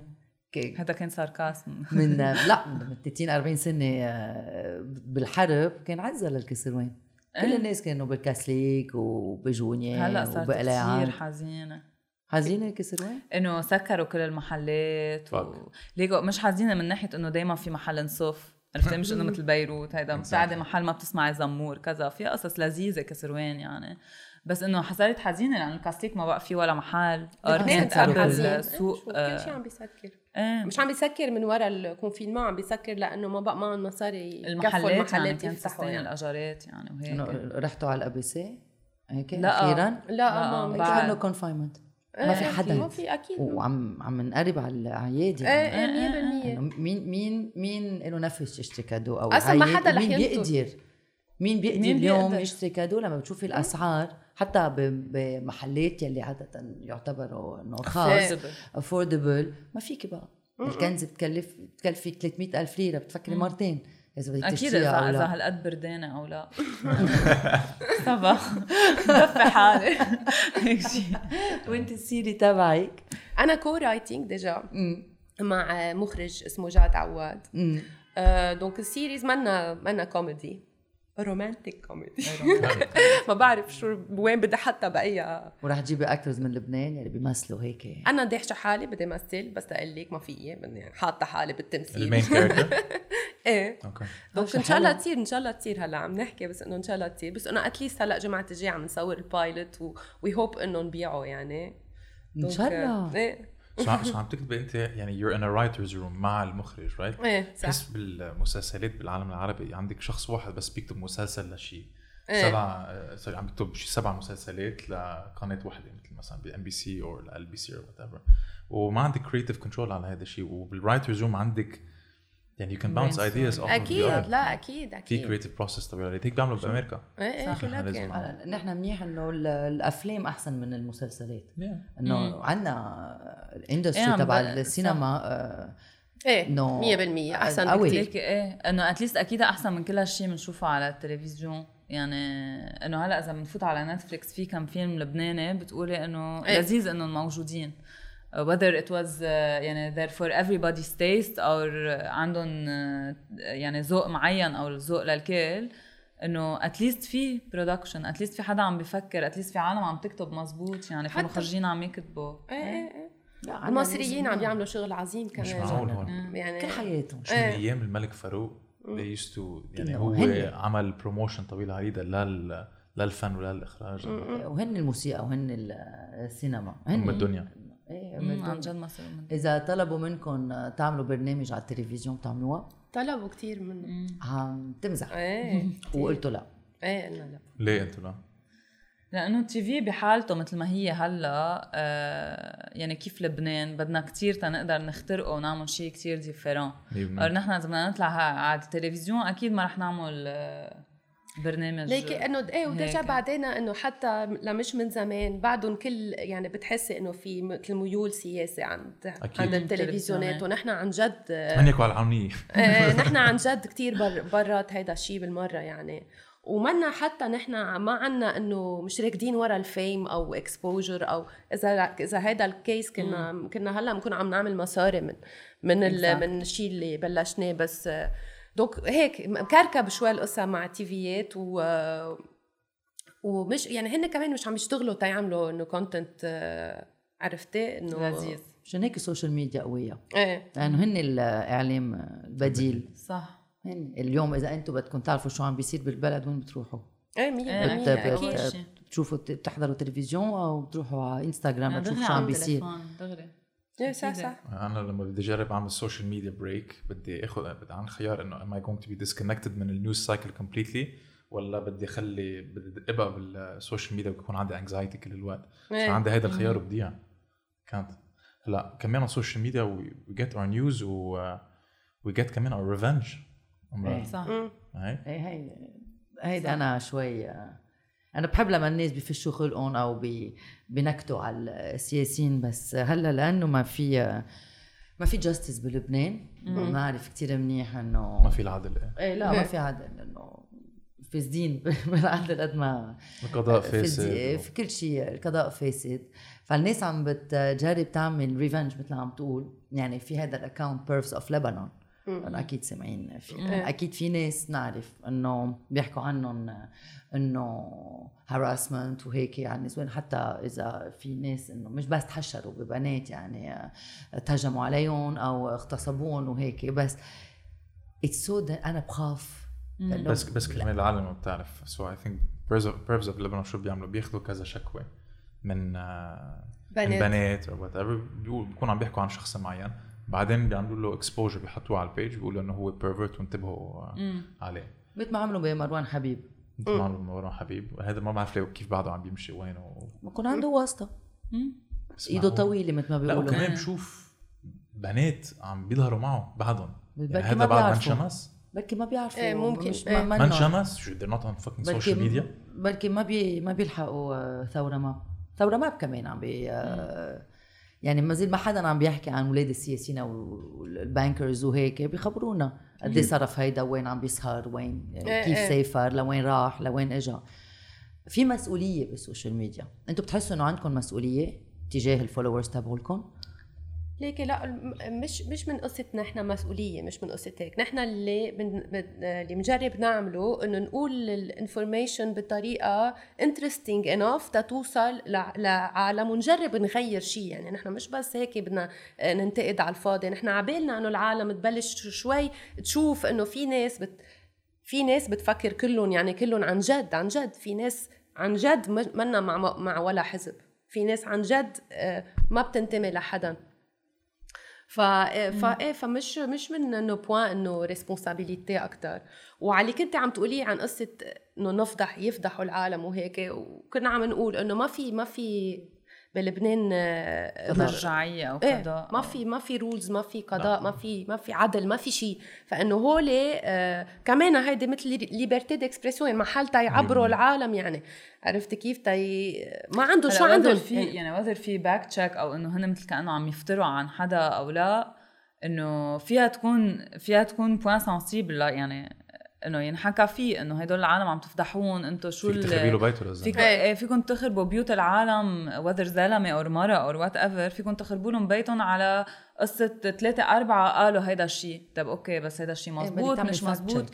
Speaker 3: ك-
Speaker 4: هذا كان ساركاسم
Speaker 3: من لا من 30 40 سنه آه، بالحرب كان عزه للكسر وين كل
Speaker 4: إيه.
Speaker 3: الناس كانوا بالكاسليك وبجونيا
Speaker 4: هلا صارت
Speaker 3: وبقلاعة.
Speaker 4: كثير حزينه
Speaker 3: حزينه الكسر وين
Speaker 4: انه سكروا كل المحلات و...
Speaker 5: Fuck.
Speaker 4: ليكو مش حزينه من ناحيه انه دايما في محل انصف عرفتي مش انه مثل بيروت هيدا بتعدي محل ما بتسمعي زمور كذا في قصص لذيذه كسروان يعني بس انه صارت حزينه لانه الكاستيك ما بقى في ولا محل
Speaker 3: لبنان
Speaker 4: قرنت
Speaker 3: صاروا
Speaker 4: قبل
Speaker 3: حزين.
Speaker 1: السوق
Speaker 4: السوق
Speaker 1: كل شيء عم بيسكر
Speaker 4: ايه
Speaker 1: مش عم بيسكر من ورا الكونفينمون عم بيسكر لانه ما بقى معهم مصاري يكفوا
Speaker 4: المحلات يعني
Speaker 1: المحلات
Speaker 4: كانت
Speaker 1: يفتحوا
Speaker 4: تستين
Speaker 1: يعني.
Speaker 4: الاجارات يعني
Speaker 3: إنه
Speaker 4: وهيك
Speaker 3: رحتوا على الابي سي هيك
Speaker 4: لا. آه،
Speaker 3: اخيرا
Speaker 1: لا أمم، ما
Speaker 4: بعد.
Speaker 3: كانوا كونفاينمنت ما في
Speaker 1: إيه،
Speaker 3: حدا.
Speaker 1: ما في اكيد ما
Speaker 3: وعم عم نقرب على العيادة
Speaker 1: ايه
Speaker 3: يعني.
Speaker 1: ايه 100%
Speaker 3: إنه مين مين مين له نفس يشتري كادو او
Speaker 1: أصلاً ما
Speaker 3: عيد،
Speaker 1: حدا رح
Speaker 3: مين
Speaker 1: ينطر.
Speaker 3: بيقدر مين بيقدر
Speaker 4: مين
Speaker 3: مين اليوم
Speaker 4: بيقدر؟
Speaker 3: يشتري كادو لما بتشوفي الاسعار حتى ب- بمحلات يلي عاده يعتبروا انه رخاص افوردبل ما فيك بقى الكنز بتكلف بتكلفك 300 الف ليره بتفكري مرتين اذا بدك
Speaker 4: اكيد
Speaker 3: تشتريها
Speaker 4: اذا
Speaker 3: او
Speaker 4: اذا
Speaker 3: لا
Speaker 4: هالقد بردانه او لا طبعا دفي حالي هيك شيء
Speaker 3: وانت السيره تبعك
Speaker 1: انا كو رايتنج ديجا
Speaker 3: أمم،
Speaker 1: مع مخرج اسمه جاد عواد
Speaker 3: أمم.
Speaker 1: آه، دونك السيريز منا منا كوميدي رومانتيك كوميدي ما بعرف شو وين بدي احطها باي
Speaker 3: ورح تجيبي اكترز من لبنان يلي بيمثلوا هيك
Speaker 1: انا داحشه حالي بدي امثل بس اقول لك ما في يعني حاطه حالي
Speaker 5: المين
Speaker 1: بالتمثيل
Speaker 5: كاركتر
Speaker 1: ايه
Speaker 5: اوكي
Speaker 1: دونك ان شاء الله تصير ان شاء الله تصير هلا عم نحكي بس انه ان شاء الله تصير بس انه اتليست هلا جمعه الجاي عم نصور البايلوت و... وي هوب انه نبيعه يعني
Speaker 3: ان شاء
Speaker 1: دونك،
Speaker 3: الله
Speaker 1: ايه
Speaker 5: شو عم- شو عم تكتبي انت يعني you're in a writer's room مع المخرج رايت؟
Speaker 1: ايه صح
Speaker 5: بحس بالمسلسلات بالعالم العربي عندك شخص واحد بس بيكتب مسلسل لشيء
Speaker 1: إيه.
Speaker 5: سبع آه، سوري عم بكتب شي سبع مسلسلات لقناه واحده مثل مثلا بام بي سي او ال بي سي او وات ايفر وما عندك كريتيف كنترول على هذا الشيء وبالرايترز روم عندك يعني يو كان باونس ايدياز اوف
Speaker 1: اكيد لا اكيد
Speaker 5: في
Speaker 1: اكيد
Speaker 5: كريتيف بروسس طبيعي هيك بيعملوا بامريكا
Speaker 1: ايه ايه
Speaker 5: صح.
Speaker 1: شو لك
Speaker 5: لازم
Speaker 1: يعني.
Speaker 5: على-
Speaker 3: هلا نحن منيح انه ال- الافلام احسن من المسلسلات
Speaker 1: إيه،
Speaker 5: Yeah.
Speaker 3: انه عندنا الاندستري
Speaker 4: إيه،
Speaker 3: تبع
Speaker 4: عم بق-
Speaker 3: السينما آه،
Speaker 1: ايه
Speaker 3: إنه
Speaker 1: 100% احسن
Speaker 3: قوي.
Speaker 1: بكتير
Speaker 4: ليك ايه انه اتليست اكيد احسن من كل هالشيء بنشوفه على التلفزيون يعني انه هلا اذا بنفوت على نتفليكس في كم فيلم لبناني بتقولي انه
Speaker 1: إيه.
Speaker 4: لذيذ انه موجودين Uh, whether it was uh, يعني they're for everybody's taste or uh, عندهم uh, يعني ذوق معين او ذوق للكل انه اتليست في برودكشن اتليست في حدا عم بفكر اتليست في عالم عم تكتب مزبوط يعني في
Speaker 1: حتى-
Speaker 4: مخرجين عم يكتبوا
Speaker 1: ايه ايه ايه
Speaker 3: لا، عنا
Speaker 1: المصريين
Speaker 3: لازم-
Speaker 1: عم يعملوا شغل عظيم كمان
Speaker 5: إيه، مش معقول هون
Speaker 1: يعني
Speaker 3: كل حياتهم
Speaker 5: شو من
Speaker 1: إيه.
Speaker 5: ايام الملك فاروق they used to يعني
Speaker 3: كنا
Speaker 5: هو
Speaker 3: هن.
Speaker 5: عمل بروموشن طويل عريضه لل للفن وللاخراج
Speaker 3: وهن الموسيقى وهن ال- السينما
Speaker 5: ام
Speaker 3: هن
Speaker 5: الدنيا
Speaker 3: إيه، أم
Speaker 4: مم، عن
Speaker 3: الدنيا.
Speaker 4: جد مصر أم الدنيا.
Speaker 3: اذا طلبوا منكم تعملوا برنامج على التلفزيون بتعملوها
Speaker 1: طلبوا كثير منه
Speaker 3: عم تمزح
Speaker 1: ايه
Speaker 3: وقلتوا لا
Speaker 1: ايه قلنا لا
Speaker 5: ليه انتوا لا؟
Speaker 4: لانه التي في بحالته مثل ما هي هلا آه يعني كيف لبنان بدنا كتير تنقدر نخترقه ونعمل شيء كتير ديفيرون
Speaker 3: أيوة.
Speaker 5: ليه
Speaker 4: اور نحن اذا بدنا نطلع ع- على التلفزيون اكيد ما رح نعمل آه، برنامج
Speaker 1: ليك انه ايه ودجا
Speaker 4: هيك.
Speaker 1: بعدين انه حتى لمش من زمان بعدهم كل يعني بتحسي انه في مثل ميول سياسي عند
Speaker 5: أكيد.
Speaker 1: عند
Speaker 4: التلفزيونات.
Speaker 1: التلفزيونات ونحن عن جد آه،
Speaker 5: هنيك على العمليه
Speaker 1: آه، نحن عن جد كثير بر برات هيدا الشيء بالمره يعني ومنا حتى نحن ما عنا انه مش راكدين ورا الفيم او اكسبوجر او اذا اذا هيدا الكيس كنا كنا هلا بنكون عم نعمل مصاري من من ال
Speaker 4: Exactly.
Speaker 1: من الشيء اللي بلشناه بس آه، دوك هيك مكركب شوي القصه مع تيفيات و آه، ومش يعني هن كمان مش عم يشتغلوا تيعملوا انه كونتنت عرفتي انه
Speaker 4: لذيذ
Speaker 3: مشان هيك السوشيال ميديا قويه
Speaker 1: ايه
Speaker 3: لانه هن الاعلام البديل
Speaker 4: صح
Speaker 3: هن يعني اليوم اذا انتم بدكم تعرفوا شو عم بيصير بالبلد وين بتروحوا
Speaker 1: ايه
Speaker 4: إيه،
Speaker 1: 100%
Speaker 3: بت-
Speaker 4: أكيد،
Speaker 1: اكيد
Speaker 4: أول
Speaker 3: بت-
Speaker 4: شيء.
Speaker 3: بتشوفوا بتحضروا تلفزيون او بتروحوا على انستغرام
Speaker 4: دغري
Speaker 3: بتشوفوا شو عم
Speaker 4: على
Speaker 3: بيصير
Speaker 4: التليفون، دغري
Speaker 1: إيه، صح
Speaker 4: أكيد.
Speaker 1: صح
Speaker 5: انا لما بدي اجرب اعمل سوشيال ميديا بريك بدي اخذ بدي عن خيار انه am I going to be disconnected من النيوز سايكل كومبليتلي ولا بدي اخلي بدي ابقى بالسوشيال ميديا ويكون عندي انكزايتي كل الوقت
Speaker 1: إيه.
Speaker 5: فعندي هذا الخيار وبديع كانت هلا كمان على السوشيال ميديا وي جيت اور نيوز و وي جيت كمان اور ريفنج
Speaker 1: إيه.
Speaker 4: صح
Speaker 3: ايه هي هيدا انا شوي انا بحب لما الناس بفشوا خلقهم او بي- بينكتوا على السياسيين بس هلا لانه ما في ما في جاستس بلبنان بنعرف كتير منيح انه
Speaker 5: ما في العدل إيه.
Speaker 3: ايه لا ما في عدل انه فاسدين بالعدل قد ما
Speaker 5: القضاء إيه. فاسد
Speaker 3: في كل شيء القضاء فاسد فالناس عم بتجرب تعمل ريفنج مثل عم تقول يعني في هذا الاكونت بيرفز اوف لبنان اكيد سامعين في اكيد في ناس نعرف انه بيحكوا عنهم انه هراسمنت وهيك على النسوان حتى اذا في ناس انه مش بس تحشروا ببنات يعني تهجموا عليهم او اغتصبوهم وهيك بس اتس سو انا بخاف لأنه
Speaker 5: بس بس كرمال العالم ما بتعرف سو اي ثينك بيرفز اوف لبنان شو بيعملوا بياخذوا كذا شكوى من آه، من
Speaker 1: بنات.
Speaker 5: بنات او وات ايفر بيكون عم بيحكوا عن شخص معين بعدين بيعملوا له اكسبوجر بيحطوه على البيج بيقولوا انه هو بيرفرت وانتبهوا آه، عليه
Speaker 3: مثل ما عملوا بمروان حبيب
Speaker 5: مثل ما عملوا مروان حبيب هذا ما بعرف ليه كيف بعده عم بيمشي وين و...
Speaker 3: بكون عنده واسطه
Speaker 5: بس
Speaker 3: ايده
Speaker 5: معقول.
Speaker 3: طويله مثل ما
Speaker 5: لا
Speaker 3: بيقولوا
Speaker 5: وكمان بشوف بنات عم بيظهروا معه بعدهم
Speaker 3: بركي
Speaker 5: يعني
Speaker 3: ما
Speaker 5: هذا بعد ما
Speaker 3: بيعرفوا.
Speaker 5: انشمس
Speaker 3: بركي ما بيعرفوا
Speaker 1: إيه، ممكن.
Speaker 3: مش
Speaker 1: إيه.
Speaker 5: ما
Speaker 3: منهم.
Speaker 5: انشمس شو they're not on fucking
Speaker 3: بركي
Speaker 5: social media
Speaker 3: بركي ما بي ما بيلحقوا آه، ثوره ما ثوره ما كمان عم بي آه، يعني ما زال ما حدا عم بيحكي عن اولاد السياسيين والبانكرز وهيك بيخبرونا قد ايه صرف هيدا وين عم بيسهر وين
Speaker 1: إيه،
Speaker 3: آه، كيف
Speaker 1: إيه.
Speaker 3: سافر لوين راح لوين اجى في مسؤوليه بالسوشيال ميديا انتم بتحسوا انه عندكم مسؤوليه تجاه الفولورز تبعولكم
Speaker 1: ليك لا الم- مش مش من قصه نحن مسؤوليه مش من قصه هيك نحن اللي بن بن- اللي بنجرب نعمله انه نقول الانفورميشن بطريقه انترستينج انف تتوصل لع- لعالم ونجرب نغير شيء يعني نحن مش بس هيك بدنا آه، ننتقد على الفاضي نحن عبالنا انه العالم تبلش شو- شوي تشوف انه في ناس بت في ناس بتفكر كلهم يعني كلهم عن جد عن جد في ناس عن جد م- منا مع مع ولا حزب في ناس عن جد آه، ما بتنتمي لحدا ف فا إيه فمش مش من انه بوان انه ريسبونسابيلتي اكثر وعلي كنت عم تقولي عن قصه انه نفضح يفضحوا العالم وهيك وكنا عم نقول انه ما في ما في بلبنان آه،
Speaker 4: مرجعيه او
Speaker 1: إيه،
Speaker 4: قضاء
Speaker 1: ما
Speaker 4: أو-
Speaker 1: في ما في رولز ما في قضاء ما في ما في عدل ما في شيء فانه هول آه كمان هيدي مثل ليبرتي ديكسبرسيون يعني محل تا يعبروا العالم يعني عرفت كيف تا ي... ما عنده شو
Speaker 4: هلا whether
Speaker 1: عندهم
Speaker 4: في يعني وذر في باك تشيك او انه هن مثل كانه عم يفتروا عن حدا او لا انه فيها تكون فيها تكون بوان سنسيبل لا يعني انه ينحكى فيه انه هدول العالم عم تفضحون انتم شو
Speaker 5: فيك
Speaker 4: ال-
Speaker 5: تخربي له بيته لازم
Speaker 4: فيك ايه فيكم تخربوا بيوت العالم وذر زلمه او مرة او وات ايفر فيكم تخربوا لهم بيتهم على قصه ثلاثه اربعه قالوا هيدا الشيء طب اوكي بس هيدا
Speaker 1: إيه،
Speaker 4: الشيء مزبوط مش مزبوط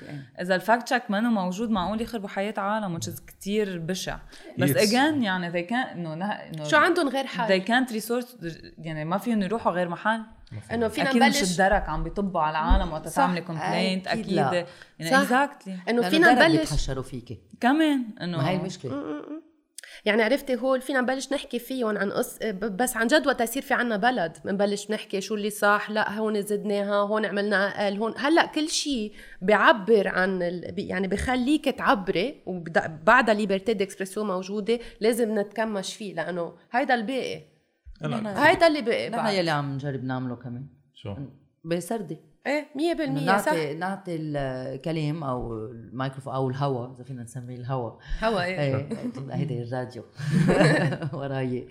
Speaker 4: اذا الفاكت تشيك منه موجود معقول يخربوا حياه عالم which is كثير بشع بس
Speaker 5: It's-
Speaker 4: اجين يعني they can't انه نه- انه
Speaker 1: شو عندهم غير حل
Speaker 4: they can't resource يعني ما فيهم يروحوا غير محل
Speaker 1: انه فينا
Speaker 4: اكيد مش
Speaker 1: نبلش
Speaker 4: الدرك عم بيطبوا على العالم وقت
Speaker 3: صح،
Speaker 4: تعملي كومبلينت
Speaker 3: أكيد
Speaker 4: اكيد
Speaker 3: لا.
Speaker 1: صح.
Speaker 4: يعني اكزاكتلي
Speaker 1: انه فينا نبلش آه.
Speaker 3: بيتحشروا فيكي
Speaker 4: كمان
Speaker 3: ما
Speaker 4: انه
Speaker 3: هي المشكله
Speaker 1: يعني عرفتي هول فينا نبلش نحكي فيهم عن قص ب- بس عن جد وقت يصير في عنا بلد بنبلش نحكي شو اللي صح لا هون زدناها هون عملنا اقل هون هلا كل شيء بيعبر عن ال... بي- يعني بخليك تعبري وبعدها ليبرتي ديكسبرسيون موجوده لازم نتكمش فيه لانه هيدا الباقي
Speaker 5: لا
Speaker 1: هيدا اللي باقي
Speaker 3: نحن
Speaker 1: بعد.
Speaker 3: يلي عم نجرب نعمله كمان
Speaker 5: شو
Speaker 3: بسردي
Speaker 1: ايه 100% صح
Speaker 3: نعطي نعطي الكلام او الميكروفون او الهواء اذا فينا نسميه الهواء
Speaker 4: هوا ايه
Speaker 3: إيه، هيدي الراديو وراي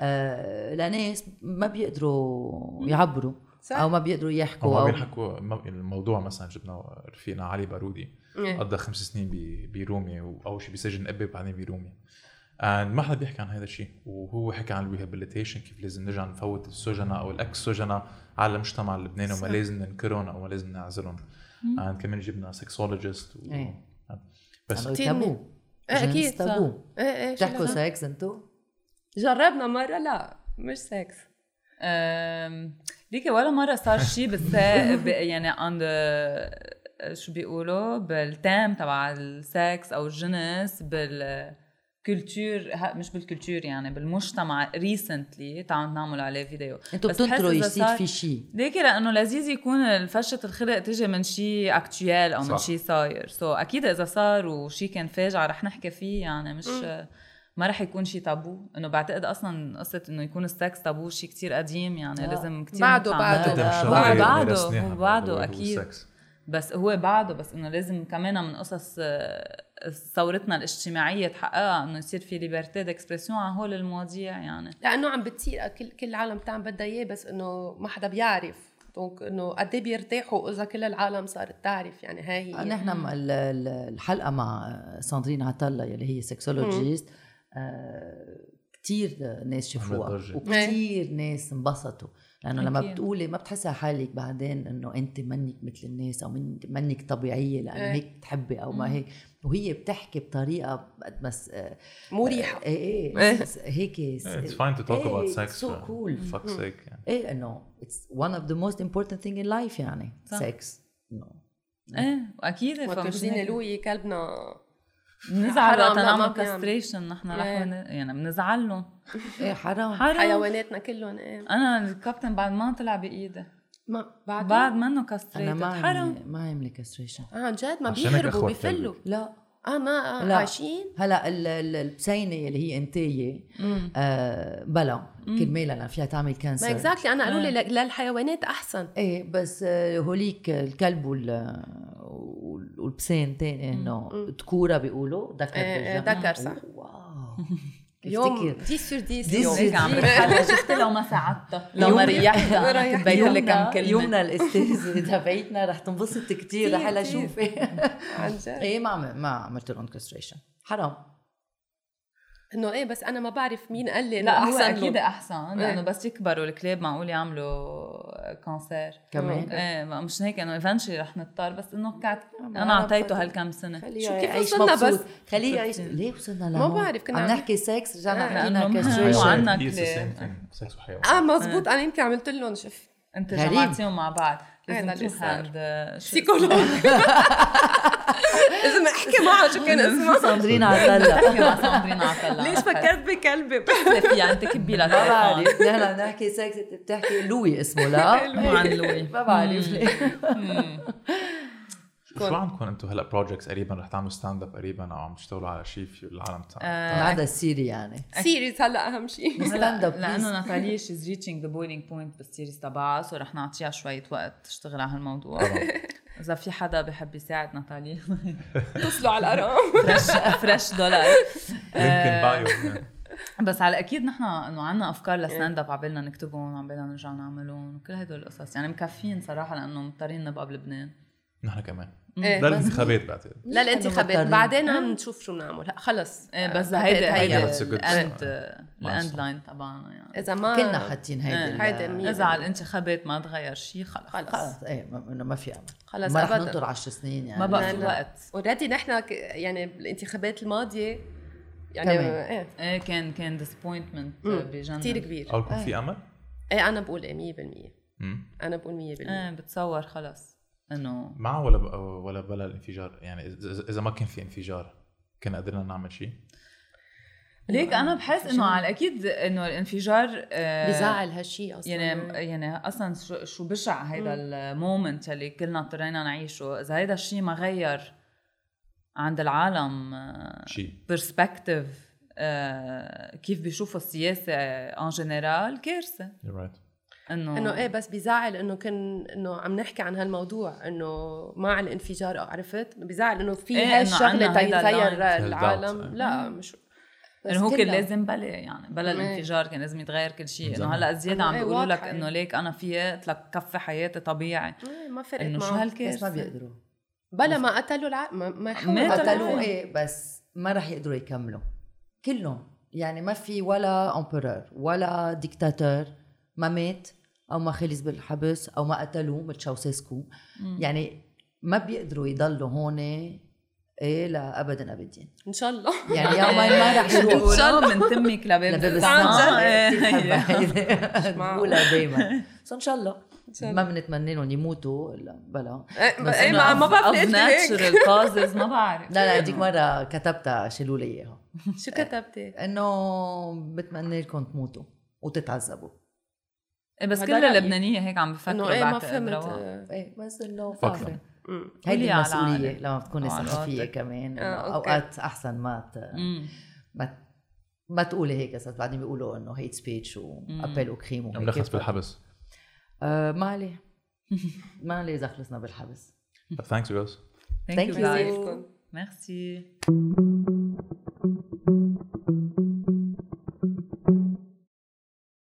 Speaker 3: آه، لناس ما بيقدروا يعبروا
Speaker 1: صح.
Speaker 3: او ما بيقدروا
Speaker 5: هم
Speaker 3: يحكوا
Speaker 5: ما
Speaker 3: او
Speaker 5: بينحكوا ما- الموضوع مثلا جبنا رفيقنا علي بارودي
Speaker 1: إيه.
Speaker 5: قضى خمس سنين ب- بروميا واول شيء بسجن قبه بعدين بروميا And ما حدا بيحكي عن هذا الشيء وهو حكى عن الريهابيليتيشن كيف لازم نرجع نفوت السجناء او الاكس سجناء على المجتمع اللبناني وما لازم ننكرهم او ما لازم نعزلهم And كمان جبنا سكسولوجيست و...
Speaker 3: إيه.
Speaker 5: بس
Speaker 3: عملوا
Speaker 1: كتير
Speaker 3: تابو
Speaker 1: إيه، أكيد،
Speaker 3: جنس تابو.
Speaker 1: ايه ايه شو
Speaker 3: بتحكوا
Speaker 1: لازم؟
Speaker 3: سكس انتو؟
Speaker 1: جربنا مره لا مش سكس
Speaker 4: أم، ليكي ولا مرة صار شيء بس يعني عند آه، شو بيقولوا بالتام تبع السكس او الجنس بالكولتور مش بالكولتور يعني بالمجتمع ريسنتلي تعال نعمل عليه فيديو
Speaker 3: انتو
Speaker 4: بس بحس
Speaker 3: بتنطروا
Speaker 4: إذا
Speaker 3: يصير
Speaker 4: صار-
Speaker 3: في شيء
Speaker 4: ليكي لانه لذيذ يكون فشة الخلق تجي من شيء اكتويال او من
Speaker 5: صح.
Speaker 4: شيء صاير سو so, اكيد اذا صار وشيء كان فاجعه رح نحكي فيه يعني مش ما رح يكون شيء تابو انه بعتقد اصلا قصه انه يكون السكس تابو شيء كتير قديم يعني
Speaker 3: لا.
Speaker 4: لازم كتير
Speaker 1: آه. بعده-
Speaker 4: نطلع
Speaker 1: بعده.
Speaker 4: من-
Speaker 1: قدم
Speaker 4: هو
Speaker 5: قدم شغلة
Speaker 4: بعده
Speaker 5: درسناها
Speaker 4: هو
Speaker 5: بالموضوع
Speaker 4: بعده
Speaker 5: اللي هو
Speaker 4: اكيد
Speaker 5: السكس.
Speaker 4: بس هو بعده بس انه لازم كمان من قصص آه، ثورتنا الاجتماعيه تحققها انه يصير في ليبرتي ديكسبرسيون على هول المواضيع يعني
Speaker 1: لانه عم بتصير كل كل العالم بتعمل بدها اياه بس انه ما حدا بيعرف دونك انه قد ايه بيرتاحوا اذا كل العالم صارت تعرف يعني هاي
Speaker 4: آه،
Speaker 1: هي
Speaker 4: نعم.
Speaker 3: نحن م- ال- ال- الحلقه مع ساندرين عتلا يلي هي سكسولوجيست كثير ناس شافوها
Speaker 5: عملت ضجة.
Speaker 3: وكثير ناس انبسطوا لانه لما
Speaker 4: أكيد.
Speaker 3: بتقولي ما بتحسي حالك بعدين انه انت منك مثل الناس او من منك طبيعيه لانه
Speaker 1: إيه.
Speaker 3: هيك بتحبي او ما هيك وهي بتحكي بطريقه قد ما س- آه،
Speaker 1: مريحه
Speaker 3: ايه
Speaker 4: إيه.
Speaker 3: ايه س- هيك س-
Speaker 5: It's fine to talk
Speaker 3: إيه،
Speaker 5: about
Speaker 3: it's
Speaker 5: sex.
Speaker 3: so
Speaker 5: uh,
Speaker 3: cool.
Speaker 5: Fuck's sake. يعني.
Speaker 3: ايه انه اتس ون اوف ذا موست امبورتنت ثينج ان لايف يعني
Speaker 4: صح.
Speaker 3: سكس انه
Speaker 4: ايه اكيد
Speaker 1: وتوزيني لوي كلبنا
Speaker 4: بنزعل
Speaker 1: حرام،
Speaker 4: وقت
Speaker 1: لا، ما
Speaker 4: نعمل
Speaker 1: بنعمل.
Speaker 4: كاستريشن نحن رح
Speaker 1: إيه.
Speaker 4: ون- يعني بنزعل لهم
Speaker 3: ايه حرام
Speaker 4: حرام
Speaker 1: حيواناتنا كلهم ايه
Speaker 4: انا الكابتن بعد ما طلع بايده
Speaker 1: ما بعد
Speaker 4: بعد منه كاستريتد
Speaker 3: انا ما
Speaker 4: حرام
Speaker 3: عملي ما عملي كاستريشن
Speaker 1: اه عن جد ما
Speaker 5: عشان هيك
Speaker 1: بيهربوا
Speaker 5: أخوة
Speaker 1: بيفلوا
Speaker 3: لا
Speaker 1: اه ما آه
Speaker 3: لا.
Speaker 1: عايشين
Speaker 3: هلا ال- ال- البسينه اللي هي انتيه
Speaker 4: مم.
Speaker 3: آه بلا كرمالها لأن فيها تعمل
Speaker 1: ما
Speaker 3: كانسر
Speaker 1: اكزاكتلي انا قالوا لي ل- للحيوانات احسن
Speaker 3: ايه بس آه، هوليك الكلب وال وال- والبسين تاني انه تكوره بيقولوا ذكر
Speaker 1: إيه، إيه،
Speaker 3: بالجمع.
Speaker 1: ذكر، صح.
Speaker 3: واو
Speaker 1: يوم
Speaker 3: يوم
Speaker 1: 10 سور 10
Speaker 3: 10
Speaker 1: يوم
Speaker 4: هيك عم بتحلى شفت لو ما ساعدتها لو
Speaker 3: يوم-
Speaker 4: ما ريحتها أنا كنت بقول لك كم كلمه
Speaker 3: يومنا الاستاذ تبعتنا رح تنبسط كثير رح
Speaker 1: كتير،
Speaker 3: لها
Speaker 1: كتير.
Speaker 3: شوفي
Speaker 1: عن جد
Speaker 3: ايه ما عم- ما عملت لهم كاستريشن حرام
Speaker 1: انه ايه بس انا ما بعرف مين قال لي
Speaker 4: لا
Speaker 1: لا
Speaker 4: هو
Speaker 1: احسن
Speaker 4: اكيد
Speaker 1: لون.
Speaker 4: احسن لانه بس يكبروا الكلاب معقول يعملوا كانسر
Speaker 3: كمان
Speaker 4: ايه ما- مش هيك انه ايفنشلي رح نضطر بس انه كعت
Speaker 3: أنا
Speaker 4: انا
Speaker 3: بفضل.
Speaker 4: اعطيته هالكم سنه
Speaker 3: خليه
Speaker 1: شو كيف
Speaker 3: يعيش
Speaker 1: وصلنا
Speaker 3: مبسوط.
Speaker 1: بس؟
Speaker 3: خليه يعيش ليه وصلنا لهون؟
Speaker 1: بعرف، كنا
Speaker 3: عم
Speaker 1: عم-
Speaker 3: نحكي سكس رجعنا
Speaker 1: آه.
Speaker 3: حكينا
Speaker 4: لأنه
Speaker 5: Sex
Speaker 4: مهم.
Speaker 3: كاستريشن
Speaker 4: وعنا
Speaker 5: and pee is the
Speaker 4: كلاب.
Speaker 5: same thing. Sex وحيوان.
Speaker 1: اه مزبوط انا يمكن عملت لهم شف
Speaker 4: انت
Speaker 3: غريب.
Speaker 4: جمعتيهم مع بعض
Speaker 1: هيدا
Speaker 4: لازم
Speaker 1: اللي
Speaker 4: تروح
Speaker 1: صار.
Speaker 4: عند شو
Speaker 1: سيكولوج لازم احكي معه شو كان اسمه
Speaker 3: ساندرين عتلا
Speaker 4: اسمه؟ مع ساندرين عطلة
Speaker 1: ليش فكرت بكلبي
Speaker 4: فيها انت كبي لها
Speaker 3: ما
Speaker 4: تليفون
Speaker 3: بعرف نحن عم نحكي سكس انت بتحكي لوي اسمه لا
Speaker 4: مو عن لوي
Speaker 3: ما بعرف ليه
Speaker 5: شو شو عندكم انتم هلا بروجكتس قريبا رح تعملوا ستاند اب قريبا او عم تشتغلوا على شيء في العالم تاع
Speaker 3: هذا السيري يعني
Speaker 1: سيريز هلا اهم شيء
Speaker 3: ستاند اب
Speaker 4: لانه ناتاليا شيز ريتشينج ذا بويلينج بوينت بالسيريز تبعها سو رح نعطيها شوية وقت تشتغل على هالموضوع اذا في حدا بحب يساعد ناتاليا
Speaker 1: اتصلوا على الارقام
Speaker 4: فريش فريش دولار
Speaker 5: لينكن بايو
Speaker 4: بس على اكيد نحن انه عنا افكار لستاند اب عبالنا نكتبهم عبالنا نرجع نعملهم وكل هدول القصص يعني مكفيين صراحه لانه مضطرين نبقى بلبنان
Speaker 5: نحن كمان
Speaker 1: إيه.
Speaker 5: للانتخابات بعتقد
Speaker 1: للانتخابات
Speaker 3: مضطرين.
Speaker 1: بعدين عم نشوف شو بنعمل هلا خلص
Speaker 4: ايه بس هيدي هيدي
Speaker 5: Yeah, it's a good
Speaker 4: الاند
Speaker 5: Milestone.
Speaker 4: الاند لاين تبعنا يعني
Speaker 1: اذا ما
Speaker 3: كلنا حاطين
Speaker 4: إيه.
Speaker 3: هيدي
Speaker 1: آه. هيدي
Speaker 3: ال-
Speaker 1: مية.
Speaker 4: اذا على الانتخابات ما تغير شيء خلص
Speaker 1: خلص
Speaker 3: خلص ايه ما- انه ما في امل
Speaker 1: خلص
Speaker 3: ما رح
Speaker 1: أبداً.
Speaker 3: ننطر 10 سنين يعني
Speaker 4: ما بقى
Speaker 1: لا،
Speaker 4: في
Speaker 1: لا.
Speaker 4: وقت
Speaker 1: اوريدي نحن ك- يعني بالانتخابات الماضيه يعني
Speaker 3: كمان.
Speaker 1: ايه
Speaker 4: ايه كان كان ديسابوينتمنت بجنن
Speaker 1: كثير كبير
Speaker 5: او يكون في امل
Speaker 1: ايه انا بقول إيه
Speaker 5: مم.
Speaker 1: 100% انا بقول 100%
Speaker 4: ايه بتصور خلص انه
Speaker 5: مع ولا ب- ولا بلا الانفجار يعني إذا- اذا ما كان في انفجار كان قدرنا نعمل شيء
Speaker 4: ليك انا بحس انه على الاكيد انه الانفجار آه،
Speaker 1: بزعل هالشيء اصلا
Speaker 4: يعني يعني اصلا شو, شو بشع هيدا المومنت اللي كلنا اضطرينا نعيشه اذا هيدا الشيء ما غير عند العالم
Speaker 5: شيء
Speaker 4: برسبكتيف آه، كيف بيشوفوا السياسه ان جنرال كارثه
Speaker 5: You're right
Speaker 4: انه
Speaker 1: انه ايه بس بزعل انه كان انه عم نحكي عن هالموضوع انه مع الانفجار عرفت بزعل انه في
Speaker 4: إيه، إنه
Speaker 1: إيه هالشغله
Speaker 4: عنا هيدا
Speaker 1: تغير
Speaker 4: اللاين.
Speaker 5: Held out.
Speaker 1: العالم لا مش بس
Speaker 4: انه هو كان
Speaker 1: كلنا.
Speaker 4: لازم بلا يعني بلا الانفجار كان لازم يتغير كل شيء انه
Speaker 5: زمان.
Speaker 4: هلا زياده عم
Speaker 1: إيه،
Speaker 4: بيقولوا لك
Speaker 1: واضحة
Speaker 4: انه
Speaker 1: يعني.
Speaker 4: ليك انا في لك كفي حياتي طبيعي
Speaker 1: إيه، ما فرقت
Speaker 4: انه شو
Speaker 1: معه
Speaker 3: بس ما
Speaker 4: هالكارثه
Speaker 3: بيقدروا
Speaker 1: بلا ما قتلوا الع... ما, ما إيه،
Speaker 4: ماتوا
Speaker 1: حاولوا
Speaker 3: قتلوه
Speaker 4: العالم.
Speaker 3: ايه بس ما رح يقدروا يكملوا كلهم يعني ما في ولا امبرور ولا ديكتاتور ما مات او ما خلص بالحبس او ما قتلوه مثل شاوسيسكو يعني ما بيقدروا يضلوا هون ايه لابدا ابدين
Speaker 1: ان شاء الله
Speaker 3: يعني يوما ما رح يروحوا
Speaker 4: بيقولوا من تمك لباب
Speaker 3: لباب
Speaker 4: السما.
Speaker 3: السماء
Speaker 4: إيه،
Speaker 3: كتير
Speaker 4: هي.
Speaker 3: حبايبي.
Speaker 1: معقول.
Speaker 3: بقولها دايما بس ان شاء الله
Speaker 1: شاء
Speaker 3: ما بنتمنى لهم يموتوا إلا بلا
Speaker 1: إيه،
Speaker 3: بس
Speaker 1: إيه،
Speaker 3: إنه
Speaker 1: ما ما
Speaker 4: of-
Speaker 1: بعرف
Speaker 4: of
Speaker 1: ليش هيك
Speaker 4: natural causes ما بعرف
Speaker 3: لا لا هذيك مره كتبتها شيلوا لي اياها
Speaker 1: شو كتبتي؟
Speaker 3: انه بتمنى لكم تموتوا وتتعذبوا
Speaker 4: إيه، بس
Speaker 1: هذا
Speaker 4: كل
Speaker 1: رأيي.
Speaker 4: اللبنانيه هيك عم
Speaker 1: انه
Speaker 4: بفكروا
Speaker 1: ايه ما
Speaker 4: بعتقد
Speaker 1: فهمت
Speaker 4: رواق.
Speaker 1: آه،
Speaker 3: ايه بس انه
Speaker 5: فكرة.
Speaker 3: فكرة.
Speaker 1: أمم.
Speaker 3: هيدي
Speaker 4: قولي على
Speaker 3: المسؤوليه
Speaker 4: العقل.
Speaker 3: لما بتكوني
Speaker 4: على
Speaker 3: صحفيه
Speaker 4: العاطفة.
Speaker 3: كمان
Speaker 1: آه،
Speaker 3: إنه
Speaker 1: أوكي.
Speaker 3: اوقات احسن ما ت-
Speaker 4: مم.
Speaker 3: ما ما تقولي هيك صرت بعدين بيقولوا انه هيت سبيتش وابل وكريم وهيك
Speaker 5: بنخلص بالحبس
Speaker 3: آه، ما عليه ما عليه اذا خلصنا بالحبس
Speaker 5: But thanks you guys
Speaker 4: Thank
Speaker 3: Thank
Speaker 4: you
Speaker 3: you.
Speaker 4: guys.
Speaker 1: لكم.
Speaker 4: Merci.